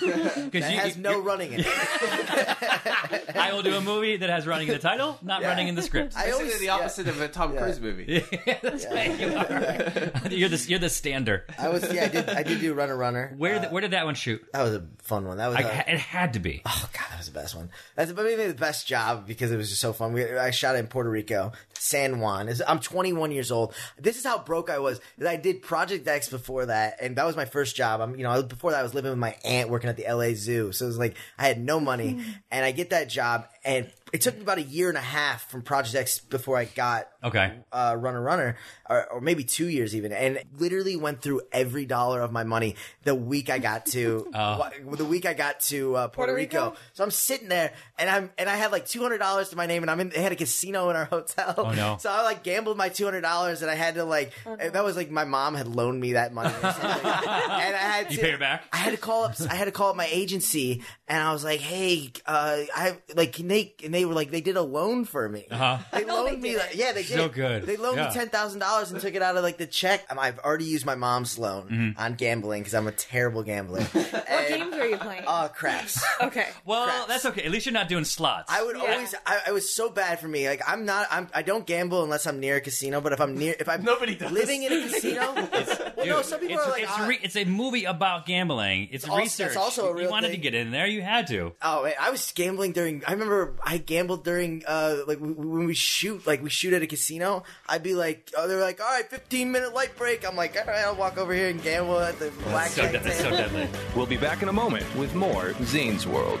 Because it has no running in it I will do a movie that has running in the title, not running in the script. i Basically, the opposite of a Tom Cruise movie. That's right, you are. You're the you're the stander. I was yeah, I did I did do runner runner. Where did- where did that one shoot? Uh, That was a fun one. That was I, uh, it had to be. oh god, that was the best one. That's probably the best job because it was just so fun. We, I shot it in Puerto Rico, San Juan. It's- I'm 21 years old. This is how broke I was. I did Project X before that, and that was my first job. I'm you know I was- before that I was living with my aunt working at the LA Zoo, so it was like I had no money, and I get that job, and it took me about a year and a half from Project X before I got Okay. uh, runner runner or, or maybe two years even and literally went through every dollar of my money the week i got to Oh. wh- the week i got to uh, puerto, Puerto rico. Rico? so i'm sitting there and i'm and i had like $200 to my name and i'm in they had a casino in our hotel oh, no. so i like gambled my $200 and i had to like and that was like my mom had loaned me that money or something. and i had You to pay her back? I had to call up. I had to call up my agency, and I was like, "Hey, uh, I like can they?" And they were like, "They did a loan for me. They loaned me. Like, yeah, they did. So good. They loaned Yeah. me ten thousand dollars and took it out of like the check. Um, I've already used my mom's loan Mm-hmm. on gambling because I'm a terrible gambler. What games were you playing? Uh, Oh, craps. okay. Well, Crap. that's okay. At least you're not doing slots. I would Yeah. always. I, I was so bad for me. Like I'm not. I'm. I don't gamble unless I'm near a casino. But if I'm near, if I'm Nobody does. living in a casino, well, no. Some people it's, are like, it's, "Ah, re- it's a movie about gambling. It's also- research. it's also a you real wanted to thing. get in there, you had to. Oh, man, I was gambling during. I remember I gambled during uh like w- w- when we shoot, like we shoot at a casino. I'd be like, oh, they're like, all right, fifteen minute light break. I'm like, all right, I'll walk over here and gamble at the So, blackjack de- that's so table. deadly. We'll be back in a moment with more Zane's World.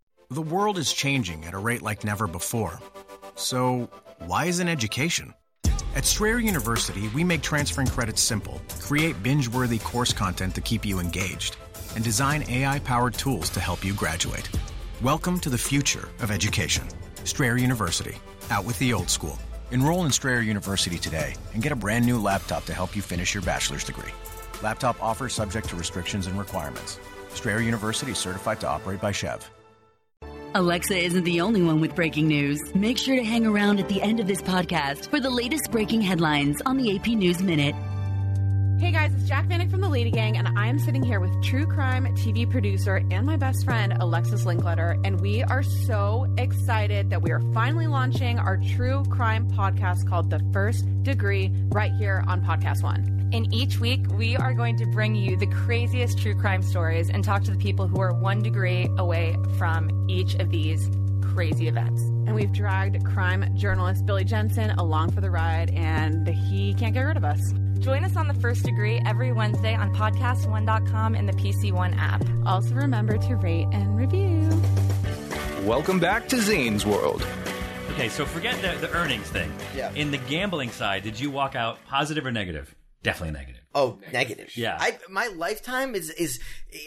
The world is changing at a rate like never before. So, why isn't education? At Strayer University, we make transferring credits simple, create binge worthy course content to keep you engaged, and design AI powered tools to help you graduate. Welcome to the future of education. Strayer University, out with the old school. Enroll in Strayer University today and get a brand new laptop to help you finish your bachelor's degree. Laptop offer subject to restrictions and requirements. Strayer University is certified to operate by Chev. Alexa isn't the only one with breaking news. Make sure to hang around at the end of this podcast for the latest breaking headlines on the AP News Minute. Hey guys, it's Jack Vanek from The Lady Gang, and I'm sitting here with true crime TV producer and my best friend, Alexis Linkletter, and we are so excited that we are finally launching our true crime podcast called The First Degree right here on Podcast One. And each week, we are going to bring you the craziest true crime stories and talk to the people who are one degree away from each of these crazy events. And we've dragged crime journalist Billy Jensen along for the ride, and he can't get rid of us. Join us on the first degree every Wednesday on podcast1.com and the PC One app. Also, remember to rate and review. Welcome back to Zane's World. Okay, so forget the, the earnings thing. Yeah. In the gambling side, did you walk out positive or negative? Definitely negative. Oh, negative. Yeah. I, my lifetime is is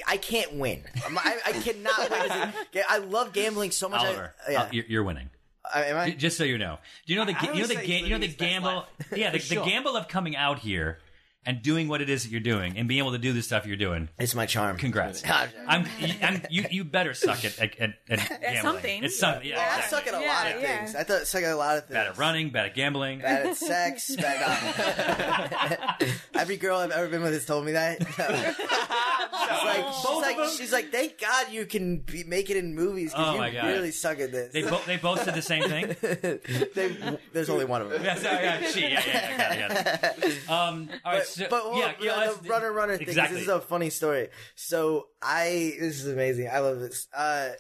I can't win. I'm- I, I cannot win. as a- I love gambling so much. I- oh, Oliver, yeah. uh, you're, you're winning. am I? J- Just so you know, do you know the I- ga- you I know always the say ga- you know the living is best gamble? life. Yeah, the, For sure. the gamble of coming out here and doing what it is that you're doing and being able to do the stuff you're doing. It's my charm. Congrats. I'm, I'm, you you better suck at at, at, at gambling. something. It's something. Yeah. Well, I suck at a lot of yeah. things. I thought I suck at a lot of things. Bad at running. Bad at gambling. Bad at sex. Bad at- Every girl I've ever been with has told me that. she's like, uh, she's like, she's like, thank God you can be, make it in movies Oh because my you God. really suck at this. They both they both said the same thing. They- there's only one of them. Yeah, sorry, yeah, she, yeah, yeah, yeah, yeah, Um, all right, but, so- but hold yeah, on, yeah, the- let's- the runner runner thing. 'cause Exactly. This is a funny story. So I, this is amazing. I love this. Uh,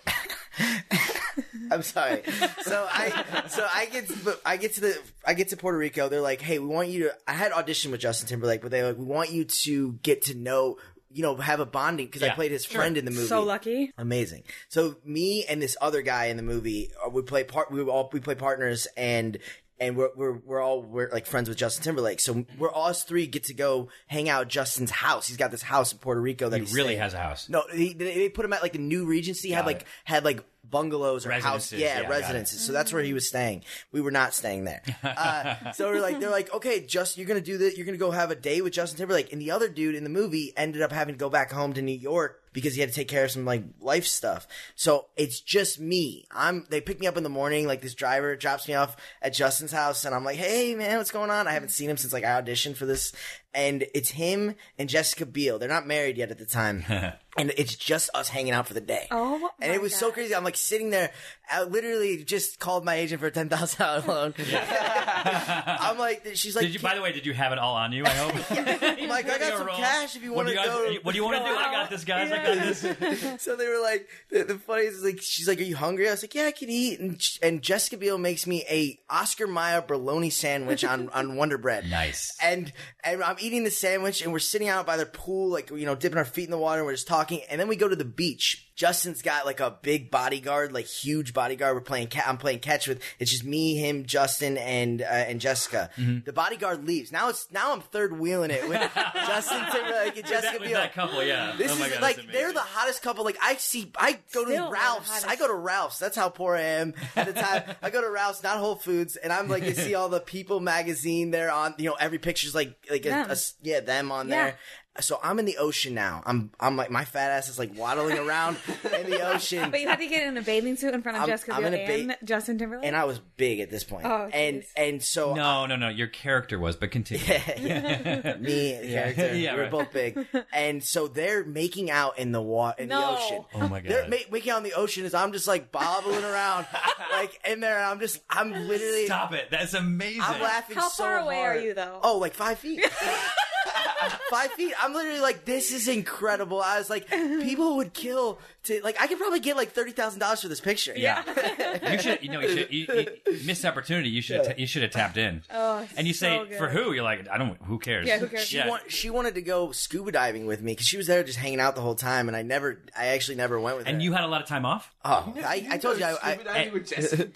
I'm sorry. So I, so I get, but I get to the, I get to Puerto Rico. They're like, hey, we want you to. I had audition with Justin Timberlake, but they like, we want you to get to know, you know, have a bonding because I Yeah, played his sure. friend in the movie. So lucky. Amazing. So me and this other guy in the movie, uh, we play part. We all we play partners, and and we're we're, we're all we're like friends with Justin Timberlake. So we're all us three get to go hang out at Justin's house. He's got this house in Puerto Rico that He he's really staying- has a house. No, he, they they put him at like a new Regency. had Got like it. had like bungalows or house, Residences, yeah, yeah, got it. residences. So that's where he was staying. We were not staying there. Uh, so we're like, they're like, okay, just you're gonna do this. You're gonna go have a day with Justin Timberlake, and the other dude in the movie ended up having to go back home to New York because he had to take care of some like life stuff. So it's just me. I'm. They pick me up in the morning. Like this driver drops me off at Justin's house, and I'm like, hey man, what's going on? I haven't seen him since like I auditioned for this, and it's him and Jessica Biel. They're not married yet at the time. And it's just us hanging out for the day. Oh, and it was so crazy. I'm like sitting there. I literally just called my agent for a ten thousand dollar loan. I'm like, she's like, did you? By the way, did you have it all on you? I hope. I'm like, I got You're some wrong. cash if you What want do to you guys- go. what do you wanna go do? I got out. this, guys. I got this. so they were like, the, the funniest is like, she's like, "Are you hungry?" I was like, "Yeah, I could eat." And, sh- and Jessica Biel makes me a Oscar Mayer bologna sandwich on on Wonder Bread. Nice. And and I'm eating the sandwich, and we're sitting out by the pool, like you know, dipping our feet in the water, and we're just talking. And then we go to the beach. Justin's got like a big bodyguard, like huge bodyguard. We're playing. Ca- I'm playing catch with. It's just me, him, Justin, and uh, and Jessica. Mm-hmm. The bodyguard leaves. Now it's now I'm third wheeling it with Justin Timberlake and With Jessica that- with Biel. that couple, yeah. This Oh my is God, that's like they're the hottest couple. Like I see, I go Still to the Ralph's. hottest. I go to Ralph's. That's how poor I am at the time. I go to Ralph's, not Whole Foods, and I'm like, you see all the People magazine there on. You know, every picture's like like a, Them. a s- yeah them on Yeah. there. So I'm in the ocean now. I'm I'm like my fat ass is like waddling around in the ocean. But you had to get in a bathing suit in front of I'm- Jessica I'm Biel in a and ba- Justin Timberlake. and I was big at this point. Oh, and and so No, no, no. Your character was, but continue. me and the Yeah. character, Yeah, we were right. both big, and so they're making out in the water in the No. ocean. Oh my They're God. ma- making out in the ocean is I'm just like bobbling around, like in there. And I'm just I'm literally Stop it. That's amazing. I'm laughing. How so far away are hard. you, though? Oh, like five feet. five feet. I'm literally like, this is incredible. I was like, people would kill to like. I could probably get like thirty thousand dollars for this picture. Yeah. you should. You know. You should. You, you, missed opportunity. You should. have ta- You should have tapped in. Oh, And you say for who? You're like, I don't. Who cares? She, want- she wanted to go scuba diving with me because she was there just hanging out the whole time, and I never, I actually never went with her. and you had a lot of time off. Oh, I, I told you, I, I, and,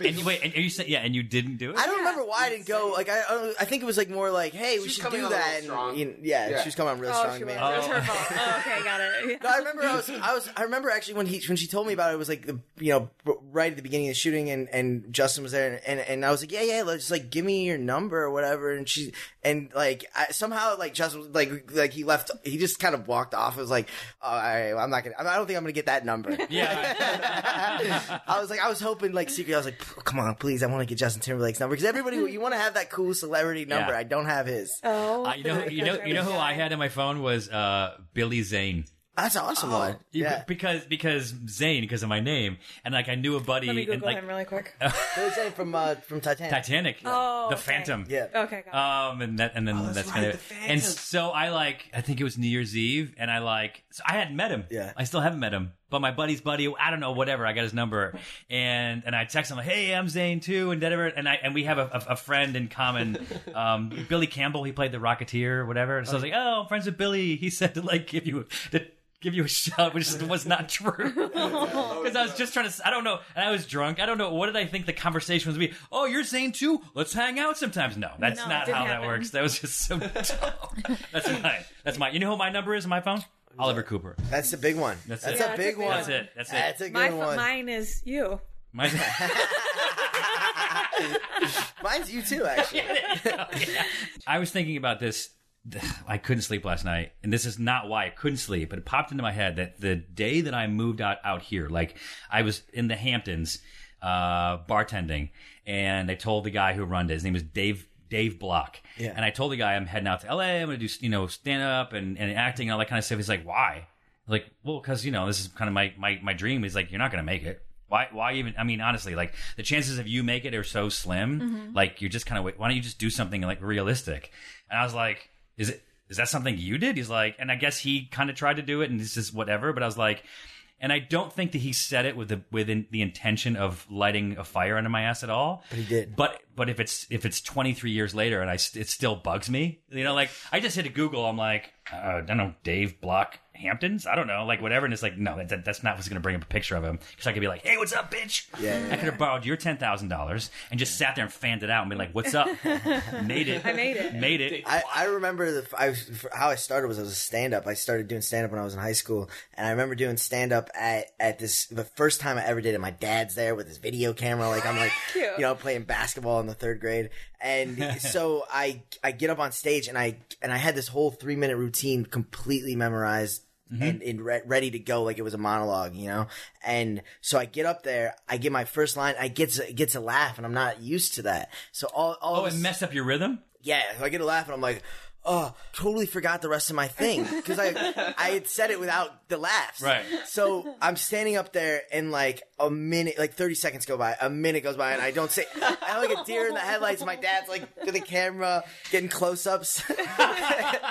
and you, wait, and you said yeah, and you didn't do it. I don't remember why I didn't go. Like I, I don't- I think it was like more like, hey, we was should coming do on real that. And, strong. you know, yeah, Yeah. she was coming on real Oh, strong, she man. was. It was her fault. Oh, okay, got it. no, I remember I was, I was, I remember actually when he, when she told me about it, it was like the, you know, b- right at the beginning of the shooting, and and Justin was there, and and, and I was like, yeah, yeah, let's just like give me your number or whatever, and she, and like I, somehow like Justin, was, like like he left, he just kind of walked off. It was like, oh, all right, well, I'm not gonna, I don't think I'm gonna get that number. I was like, I was hoping like secretly, I was like, "P- come on, please, I want to get Justin Timberlake's number because everybody, you want to have that cool celebrity number. Yeah. I don't have his. Oh, Uh, you know, you know, you know who I had on my phone was uh, Billy Zane. That's an awesome one. You- Because because Zane because of my name and like I knew a buddy Let me and Google like him really quick. Billy Zane from uh, from Titanic. Titanic. Oh, the okay. Phantom. Yeah. Oh, Okay, got Um, and that, and then that's kind of, and so I like, I think it was New Year's Eve, and I like, so I hadn't met him. Yeah, I still haven't met him, but my buddy's buddy, I don't know, whatever. I got his number, and and I text him like, hey, I'm Zane too, and whatever, and I and we have a, a, a friend in common, um, Billy Campbell. He played the Rocketeer, or whatever. And so I was like, oh, I'm friends with Billy. He said to like give you. To, give you a shout, which is- was not true. Because I was just trying to, s- I don't know, and I was drunk. I don't know, what did I think the conversation was be? Oh, you're saying too? Let's hang out sometimes. No, that's No, it not didn't how that happen. works. That was just so dumb. That's mine. That's mine. You know who my number is on my phone? Oliver Cooper. That's the big one. That's, it. a big one. That's it. That's it. That's a good My, one. Mine is you. Mine- Mine's you too, actually. I was thinking about this. I couldn't sleep last night, and this is not why I couldn't sleep, but it popped into my head that the day that I moved out out here, like I was in the Hamptons uh, bartending, and I told the guy who run it, his name is Dave Dave Block, Yeah. and I told the guy I'm heading out to LA, I'm gonna do you know stand up and, and acting and all that kind of stuff. He's like, why? I'm like, well, because you know this is kind of my my my dream. He's like, you're not gonna make it. Why? Why even? I mean, honestly, like the chances of you make it are so slim. Mhm. Like you're just kind of why don't you just do something like realistic? And I was like, is it is that something you did? He's like, and I guess he kind of tried to do it, and it's just whatever. But I was like, and I don't think that he said it with the with in, the intention of lighting a fire under my ass at all. But he did. But but if it's if it's 23 years later and I st- it still bugs me, you know, like I just hit a Google, I'm like, uh, I don't know, Dave Block Hamptons, I don't know, like whatever, and it's like, no, that, that- that's not what's going to bring up a picture of him because I could be like, hey, what's up, bitch? Yeah, yeah, I could have borrowed your ten thousand dollars and just sat there and fanned it out and been like, what's up? made it. I made it. Made it. I, I remember the f- I was, f- how I started was I was a stand up. I started doing stand up when I was in high school, and I remember doing stand up at at this the first time I ever did it. My dad's there with his video camera, like I'm like Cute. you know playing basketball in the third grade, and so I I get up on stage and I and I had this whole three minute routine completely memorized. Mm-hmm. Mhm. And, and re- ready to go like it was a monologue, you know. And so I get up there, I get my first line, I gets gets a laugh, and I'm not used to that. So all, all Oh, of it a messed up your rhythm. yeah, so I get a laugh and I'm like, oh, totally forgot the rest of my thing because I I had said it without the laughs. Right. So I'm standing up there and like a minute, like 30 seconds go by, a minute goes by, and I don't say. I'm like a deer in the headlights. My dad's like to the camera, getting close ups.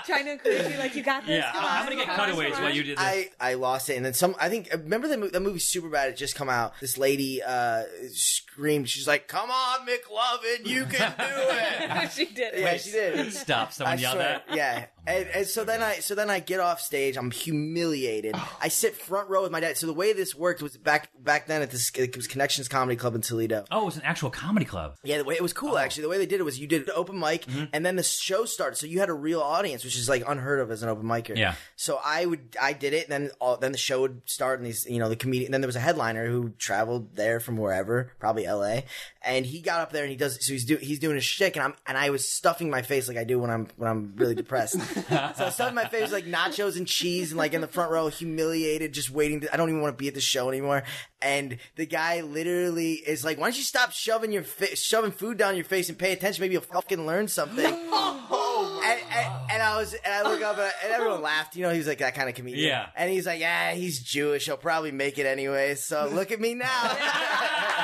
Trying to encourage you, like you got this. Yeah, come I'm on, gonna get come on, cutaways come on. while you did this. I, I lost it, and then some. I think remember the, mo- the movie Superbad had just come out. This lady uh, screamed. She's like, "Come on, McLovin, you can do it." she did. Yeah, she did. Stop! Someone I yelled swear, at. Oh Yeah, and, and so then I so then I get off stage. I'm humiliated. Oh. I sit front row with my dad. So the way this worked was back back then at this it was Connections Comedy Club in Toledo. Oh, it was an actual comedy club. Yeah, the way it was cool actually. The way they did it was you did an open mic and then the show started. So you had a real audience, which is like unheard of as an open micer. Yeah. So I would I did it, and then all, then the show would start, and these you know the comedian. Then there was a headliner who traveled there from wherever, probably L.A. And he got up there and he does so he's do, he's doing his shtick, and I'm and I was stuffing my face like I do when I'm when I'm really depressed. so I stuffed my face with, like nachos and cheese, and like in the front row, humiliated, just waiting. To, I don't even want to be at the show anymore. And the guy literally is like, "Why don't you stop shoving your fa- shoving food down your face and pay attention? Maybe you'll fucking learn something." Oh and, and, and I was, and I look up, and, I- and everyone laughed. You know, he was like that kind of comedian. Yeah. And he's like, yeah, he's Jewish. He'll probably make it anyway. So look at me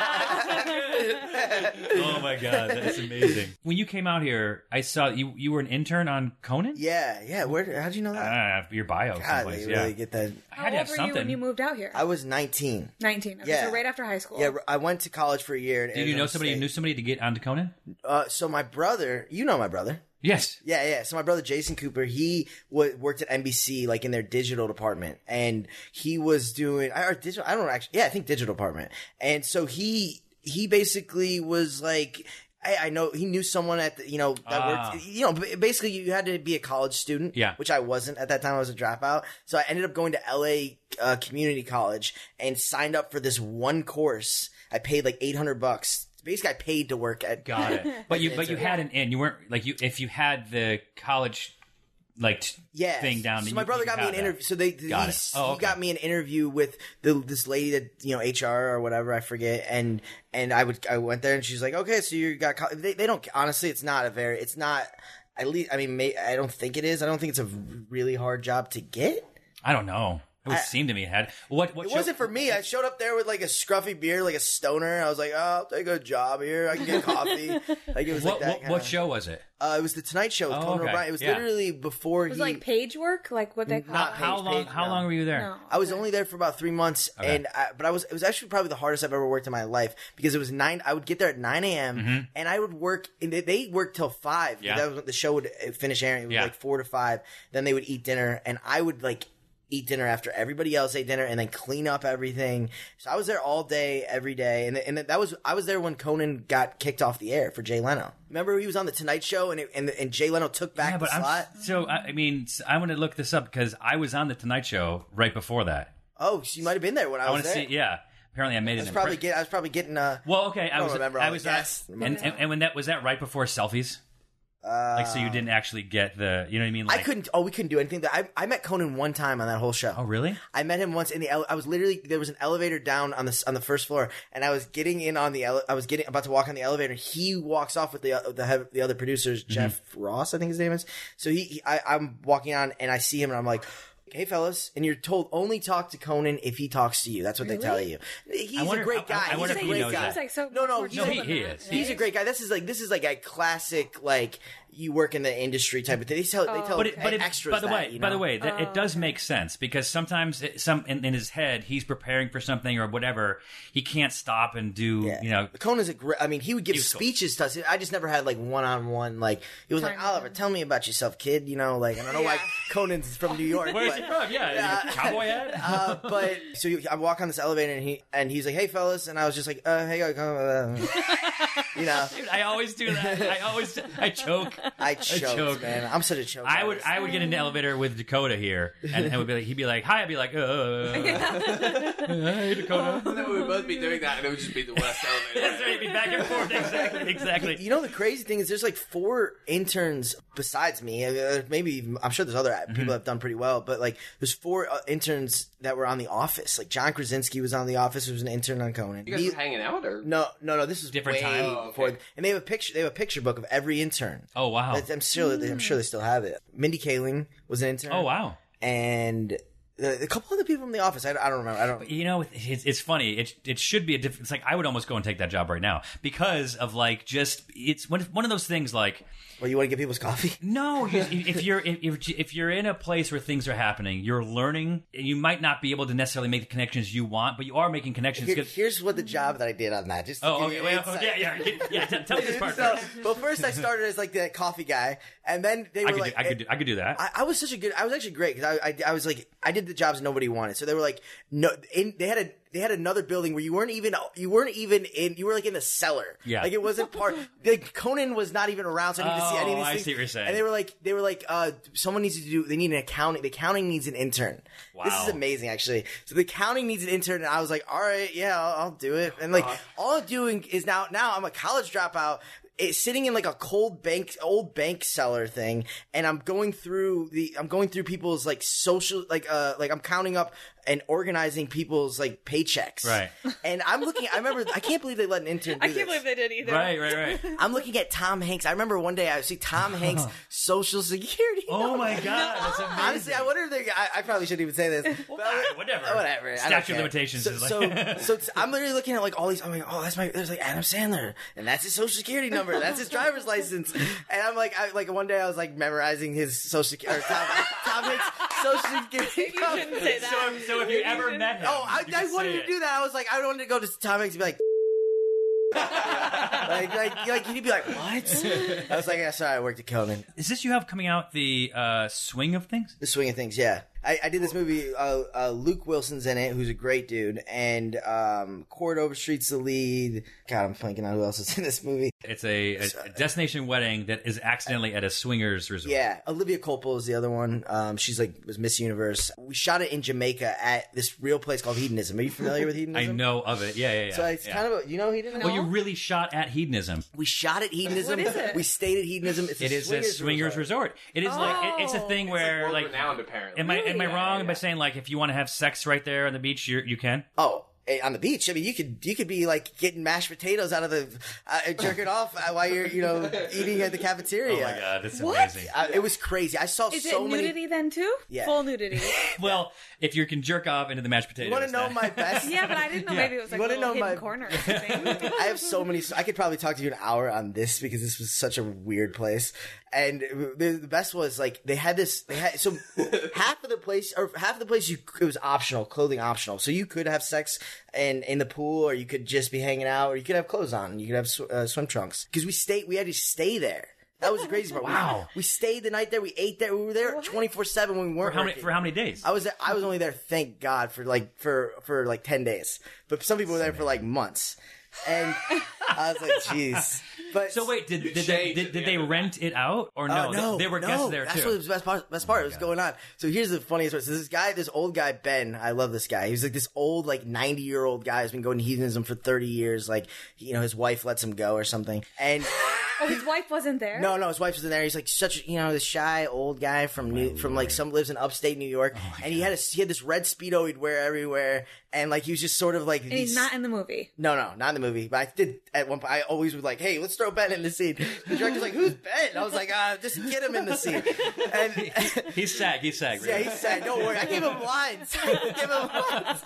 now. oh my god, that's amazing. When you came out here, I saw you. You were an intern on Conan. Yeah, yeah. Where? How'd you know that? Uh, your bio. God, someplace, they yeah. really get that. How old were you when you moved out here? I was 19. 19. Okay, Yeah. So right after high school. Yeah, I went to college for a year. Did you know somebody who knew somebody to get onto Conan? Uh, so my brother, you know my brother. Yes. Yeah, yeah. So my brother Jason Cooper, he w- worked at NBC, like in their digital department, and he was doing I or digital. I don't know, actually. Yeah, I think digital department. And so he he basically was like. I, I know he knew someone at the, you know that Ah. worked you know ba- basically you had to be a college student Yeah. which I wasn't at that time I was a dropout so I ended up going to LA uh, community college and signed up for this one course I paid like 800 bucks basically I paid to work at Got it. But you, but you had an in. You weren't like you. If you had the college, like t- yeah thing down. So then my you- brother you got me an that. interview. So they he, Got it. Oh, he okay. got me an interview with the this lady that you know HR or whatever I forget. And and I would I went there and she's like, okay, so you got co-. they they don't honestly it's not a very it's not at least I mean may, I don't think it is. I don't think it's a really hard job to get. I don't know. It would seem to me it had what what It wasn't for me. I showed up there with like a scruffy beard, like a stoner. I was like, oh, I'll take a job here. I can get coffee. like it was what, like that. what, kinda- what show was it? Uh, it was the Tonight Show with Oh, Conan okay. O'Brien. It was Yeah. literally before It was he like page work, like what they call Not it. How page, long- page, how no. long were you there? No. I was only there for about three months, Okay. and I, but I was it was actually probably the hardest I've ever worked in my life because it was nine. I would get there at nine a.m. Mhm. and I would work. And they, they worked till five. Yeah. That was when the show would uh, finish airing. It was Yeah. like four to five. Then they would eat dinner, and I would like eat dinner after everybody else ate dinner and then clean up everything. So I was there all day, every day. And, and that was, I was there when Conan got kicked off the air for Jay Leno. Remember he was on the Tonight Show and, it, and, and Jay Leno took back Yeah, but the I'm slot? so I I mean s- I want to look this up because I was on the Tonight Show right before that. Oh, she might have been there when I, I was want to there. see. Yeah, apparently I made it. I was probably get, I was probably getting uh well okay I don't was remember all I the was guests. at, and, and, and when that was that right before selfies. like so you didn't actually get the you know what I mean like Uh, I couldn't. Oh, we couldn't do anything. That I, I met Conan one time on that whole show. Oh, really? I met him once in the. Ele- I was literally there was an elevator down on the s- on the first floor, and I was getting in on the. Ele- I was getting about to walk on the elevator. He walks off with the o- the head- the other producers, Jeff Ross, I think his name is. So he, he I, I'm walking on, and I see him, and I'm like. Hey fellas, and you're told only talk to Conan if he talks to you. That's what they tell you. He's wonder- a great Mm-hmm. I- I guy. wonder He's if a he great knows guy. that. like so. No, no, he's No, he- he is. He's a great guy. This is like this is like a classic like you work in the industry type of thing. They tell they tell Oh, but it, but it, extras by the that, way, you by know? the way, that it does make sense because sometimes it, some in, in his head he's preparing for something or whatever. He can't stop and do you know. Conan's a great. I mean, he would give speeches to us. I just never had like one on one. Like it was like Oliver, tell me about yourself, kid. You know, like I don't know why Conan's from New York. Where's but- he from? Yeah, Yeah. cowboy hat. uh, but so you- I walk on this elevator and he and he's like, "Hey, fellas," and I was just like, uh, "Hey, uh, uh," you know, Dude, I always do that. I always I choke. Uh. I choked, man. I'm such a choke. I would I would get in the elevator with Dakota here, and, and would be like, he'd be like, "Hi," I'd be like, "Uh." hey, Dakota. then we would both be doing that, and it would just be the worst elevator. That's right. Be back and forth. Exactly. Exactly. You know the crazy thing is there's like four interns besides me. Uh, Maybe even- I'm sure there's other Mm-hmm. people that have done pretty well, but like there's four uh, interns that were on The Office. Like John Krasinski was on The Office, who was an intern on Conan. You guys He- were hanging out, or no, no, no. This was Different way time? Oh, okay. before, and they have a picture. They have a picture book of every intern. Oh wow! I'm sure. I'm sure they still have it. Mindy Kaling was an intern. Oh, wow! And uh, a couple other people from the office. I, I don't remember. I don't. You know, it's, it's funny. It it should be a different. It's like I would almost go and take that job right now because of like just it's one one of those things like. Well, you want to get people's coffee? No, you- if you're if if- if you're in a place where things are happening, you're learning. and You might not be able to necessarily make the connections you want, but you are making connections. Here- 'cause- here's what the job that I did on that. Just to oh, give okay, you well, insight. yeah, yeah, yeah, yeah. Tell, tell me this part. So, first. well, first I started as like the coffee guy, and then they I were could, like, do, I could, do, I could do that. I, I was such a good. I was actually great because I, I I was like I did the jobs nobody wanted. So they were like no. In, they had a they had another building where you weren't even you weren't even in. You were like in the cellar. Yeah. Like it wasn't part. like Conan was not even around, so I didn't see any of Oh, these I things. see what you're saying. And they were like they were like uh someone needs to do. They need an accounting. The accounting needs an intern. This Wow. is amazing actually. So the accounting needs an intern, and I was like, all right, yeah, I'll, I'll do it. And Uh-huh. like all I'm doing is now now I'm a college dropout it's sitting in like a cold bank old bank cellar thing and i'm going through the i'm going through people's like social like uh like i'm counting up and organizing people's like paychecks Right. and i'm looking i remember i can't believe they let an intern do I can't this. believe they did either. Right, right, right. i'm looking at tom hanks i remember one day i see tom hanks social security Oh my god, that's amazing. Honestly, I wonder if they. I, I probably shouldn't even say this. but I was- whatever. Whatever. I don't Statute of care. limitations So, is so, like- so t- I'm literally looking at like all these. I'm like, oh, that's my. There's like Adam Sandler, and that's his social security number. That's his driver's license. And I'm like, I, like one day I was like memorizing his social security. Tom, Tom Hanks' social security. You shouldn't say that. So, if- so if you ever met him, Oh, I, you I could wanted say to it. do that. I was like, I wanted to go to Tom Hanks and be like. like, like, like, he'd be like, "What?" I was like, "Yeah, sorry, I worked at Conan." Is this you have coming out the uh, swing of things? The swing of things, yeah. I, I did this movie. Uh, uh, Luke Wilson's in it, who's a great dude, and um, Cord Overstreet's the lead. God, I'm blanking on who else is in this movie. It's a, a uh, destination wedding that is accidentally at a swingers resort. Yeah, Olivia Culpo is the other one. Um, she's like was Miss Universe. We shot it in Jamaica at this real place called Hedonism. Are you familiar with I Hedonism? know of it. Yeah, yeah, yeah. So it's yeah. kind of a, you know Hedonism. well, you really shot at hedonism. we shot at Hedonism. What is it? We stayed at Hedonism. It's It a is swingers a swingers resort. It is like it, it's a thing where like, Renowned, apparently. am I am I wrong by saying like if you want to have sex right there on the beach you you can? Oh, eh, on the beach. I mean, you could you could be like getting mashed potatoes out of the uh, jerking off uh, while you're you know eating at the cafeteria. Oh my god, that's What? amazing. Uh, it was crazy. I saw Is so it many. nudity then too? Yeah. Full nudity. Well, if you can jerk off into the mashed potatoes. You want to know then- my best? yeah, but I didn't know Yeah. maybe it was You like a wanna little know hidden my- corner. I have so many. I could probably talk to you an hour on this because this was such a weird place. And the, the best was like they had this. They had so half of the place or half of the place you it was optional, clothing optional. So you could have sex and in the pool, or you could just be hanging out, or you could have clothes on. You could have sw- uh, swim trunks because we stayed. We had to stay there. That was the crazy part. Wow. We, we stayed the night there. We ate there. We were there twenty four seven when we For weren't. how many? working. For how many days? I was there, I was only there. Thank God for like for for like ten days. But some people were there for like months. And I was like, jeez. But so wait, did did they, did, did they rent it out or no? Oh, They- no, they, were no, guests there too. That's Oh what was the best part. Best part was going on. So here's the funniest part. So this guy, this old guy Ben, I love this guy. He's like this old, like 90 year old guy who's been going to heathenism for 30 years. Like you know, his wife lets him go or something. And Oh, his wife wasn't there. no, no, his wife was in there. He's like such you know this shy old guy from New, from like some lives in upstate New York, and he had a, he had this red speedo he'd wear everywhere, and like he was just sort of like and he's these- not in the movie. no, no, not in the movie. But I did at one point. I always was like, "Hey, let's throw Ben in the scene." The director's like, "Who's Ben?" I was like, uh, "Just get him in the scene." And He's sag. He's sag. yeah, really. he said, "Don't worry, I gave him lines." I gave him lines.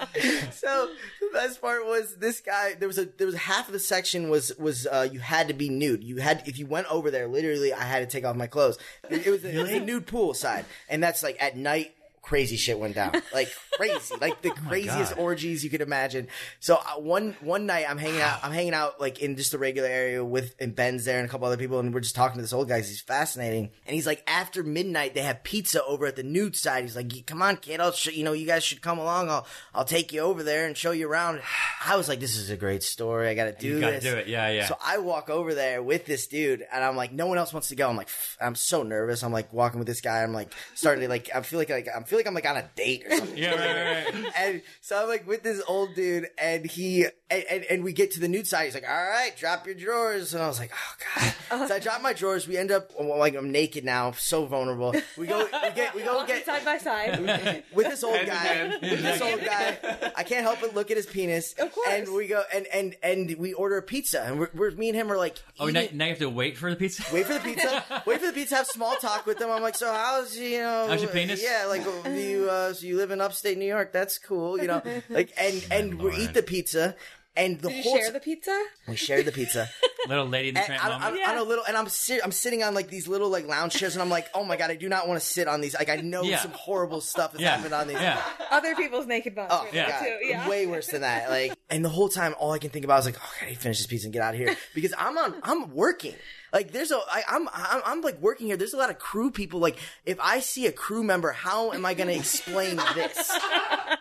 So the best part was this guy. There was a there was half of the section was was uh, you had to be nude. You had if you went over there, literally, I had to take off my clothes. It was, a- it was a nude pool side, and that's like at night. Crazy shit went down, like crazy, like the craziest God. orgies you could imagine. So uh, one one night I'm hanging out, I'm hanging out like in just the regular area with and Ben's there and a couple other people, and we're just talking to this old guy. 'cause He's fascinating, and he's like, after midnight they have pizza over at the nude side. He's like, come on, kid, I'll show, you know you guys should come along. I'll I'll take you over there and show you around. I was like, this is a great story. I got to do You gotta this. do it. Yeah, yeah. So I walk over there with this dude, and I'm like, no one else wants to go. I'm like, "Pff," I'm so nervous. I'm like walking with this guy. I'm like starting to like, I feel like like I feel like I'm like on a date or something. Yeah, right, right, and so I'm like with this old dude, and he and, and and we get to the nude side. He's like, all right, drop your drawers, and I was like, oh Uh-huh. god. So I drop my drawers. We end up well, like I'm naked now, so vulnerable. We go we get we go get side by side. with this old Hand in guy. hand. With this old guy, I can't help but look at his penis. Of course. And we go and and and we order a pizza, and we're, we're me and him are like, Oh, now, eating- now you have to wait for the pizza. wait for the pizza, wait for the pizza, have small talk with them. I'm like, so how's you know, How's your penis? Yeah, like do you uh, so you live in upstate New York? That's cool, you know. Like and and we eat the pizza, and the Did you whole share the pizza? we shared the pizza. Little lady in the And tramp I'm, moment. I'm, on a little, and I'm sit, I'm sitting on like these little like lounge chairs, and I'm like, oh my god, I do not want to sit on these. Like I know Yeah. some horrible stuff has Yeah. happened on these. Yeah. Other people's naked bodies. Oh were there, yeah. too. yeah. way worse than that. Like, and the whole time, all I can think about is like, oh, I gotta finish this piece and get out of here because I'm on, I'm working. Like, there's a, I, I'm, I'm, I'm like working here. There's a lot of crew people. Like, if I see a crew member, how am I gonna explain this?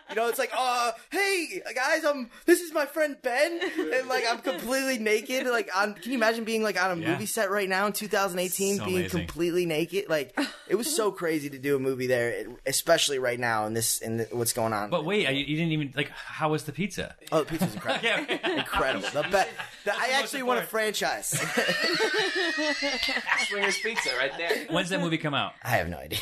You know, it's like, uh, hey guys, I'm. This is my friend Ben, and like I'm completely naked. Like, on, can you imagine being like on a Yeah. movie set right now in 2018, So being amazing. completely naked? Like, it was so crazy to do a movie there, especially right now in this in the, what's going on. But wait, you, you didn't even like. How was the pizza? Oh, the pizza's incredible. incredible. The best. The, I actually want a franchise. Swingers Pizza right there. When's that movie come out? I have no idea.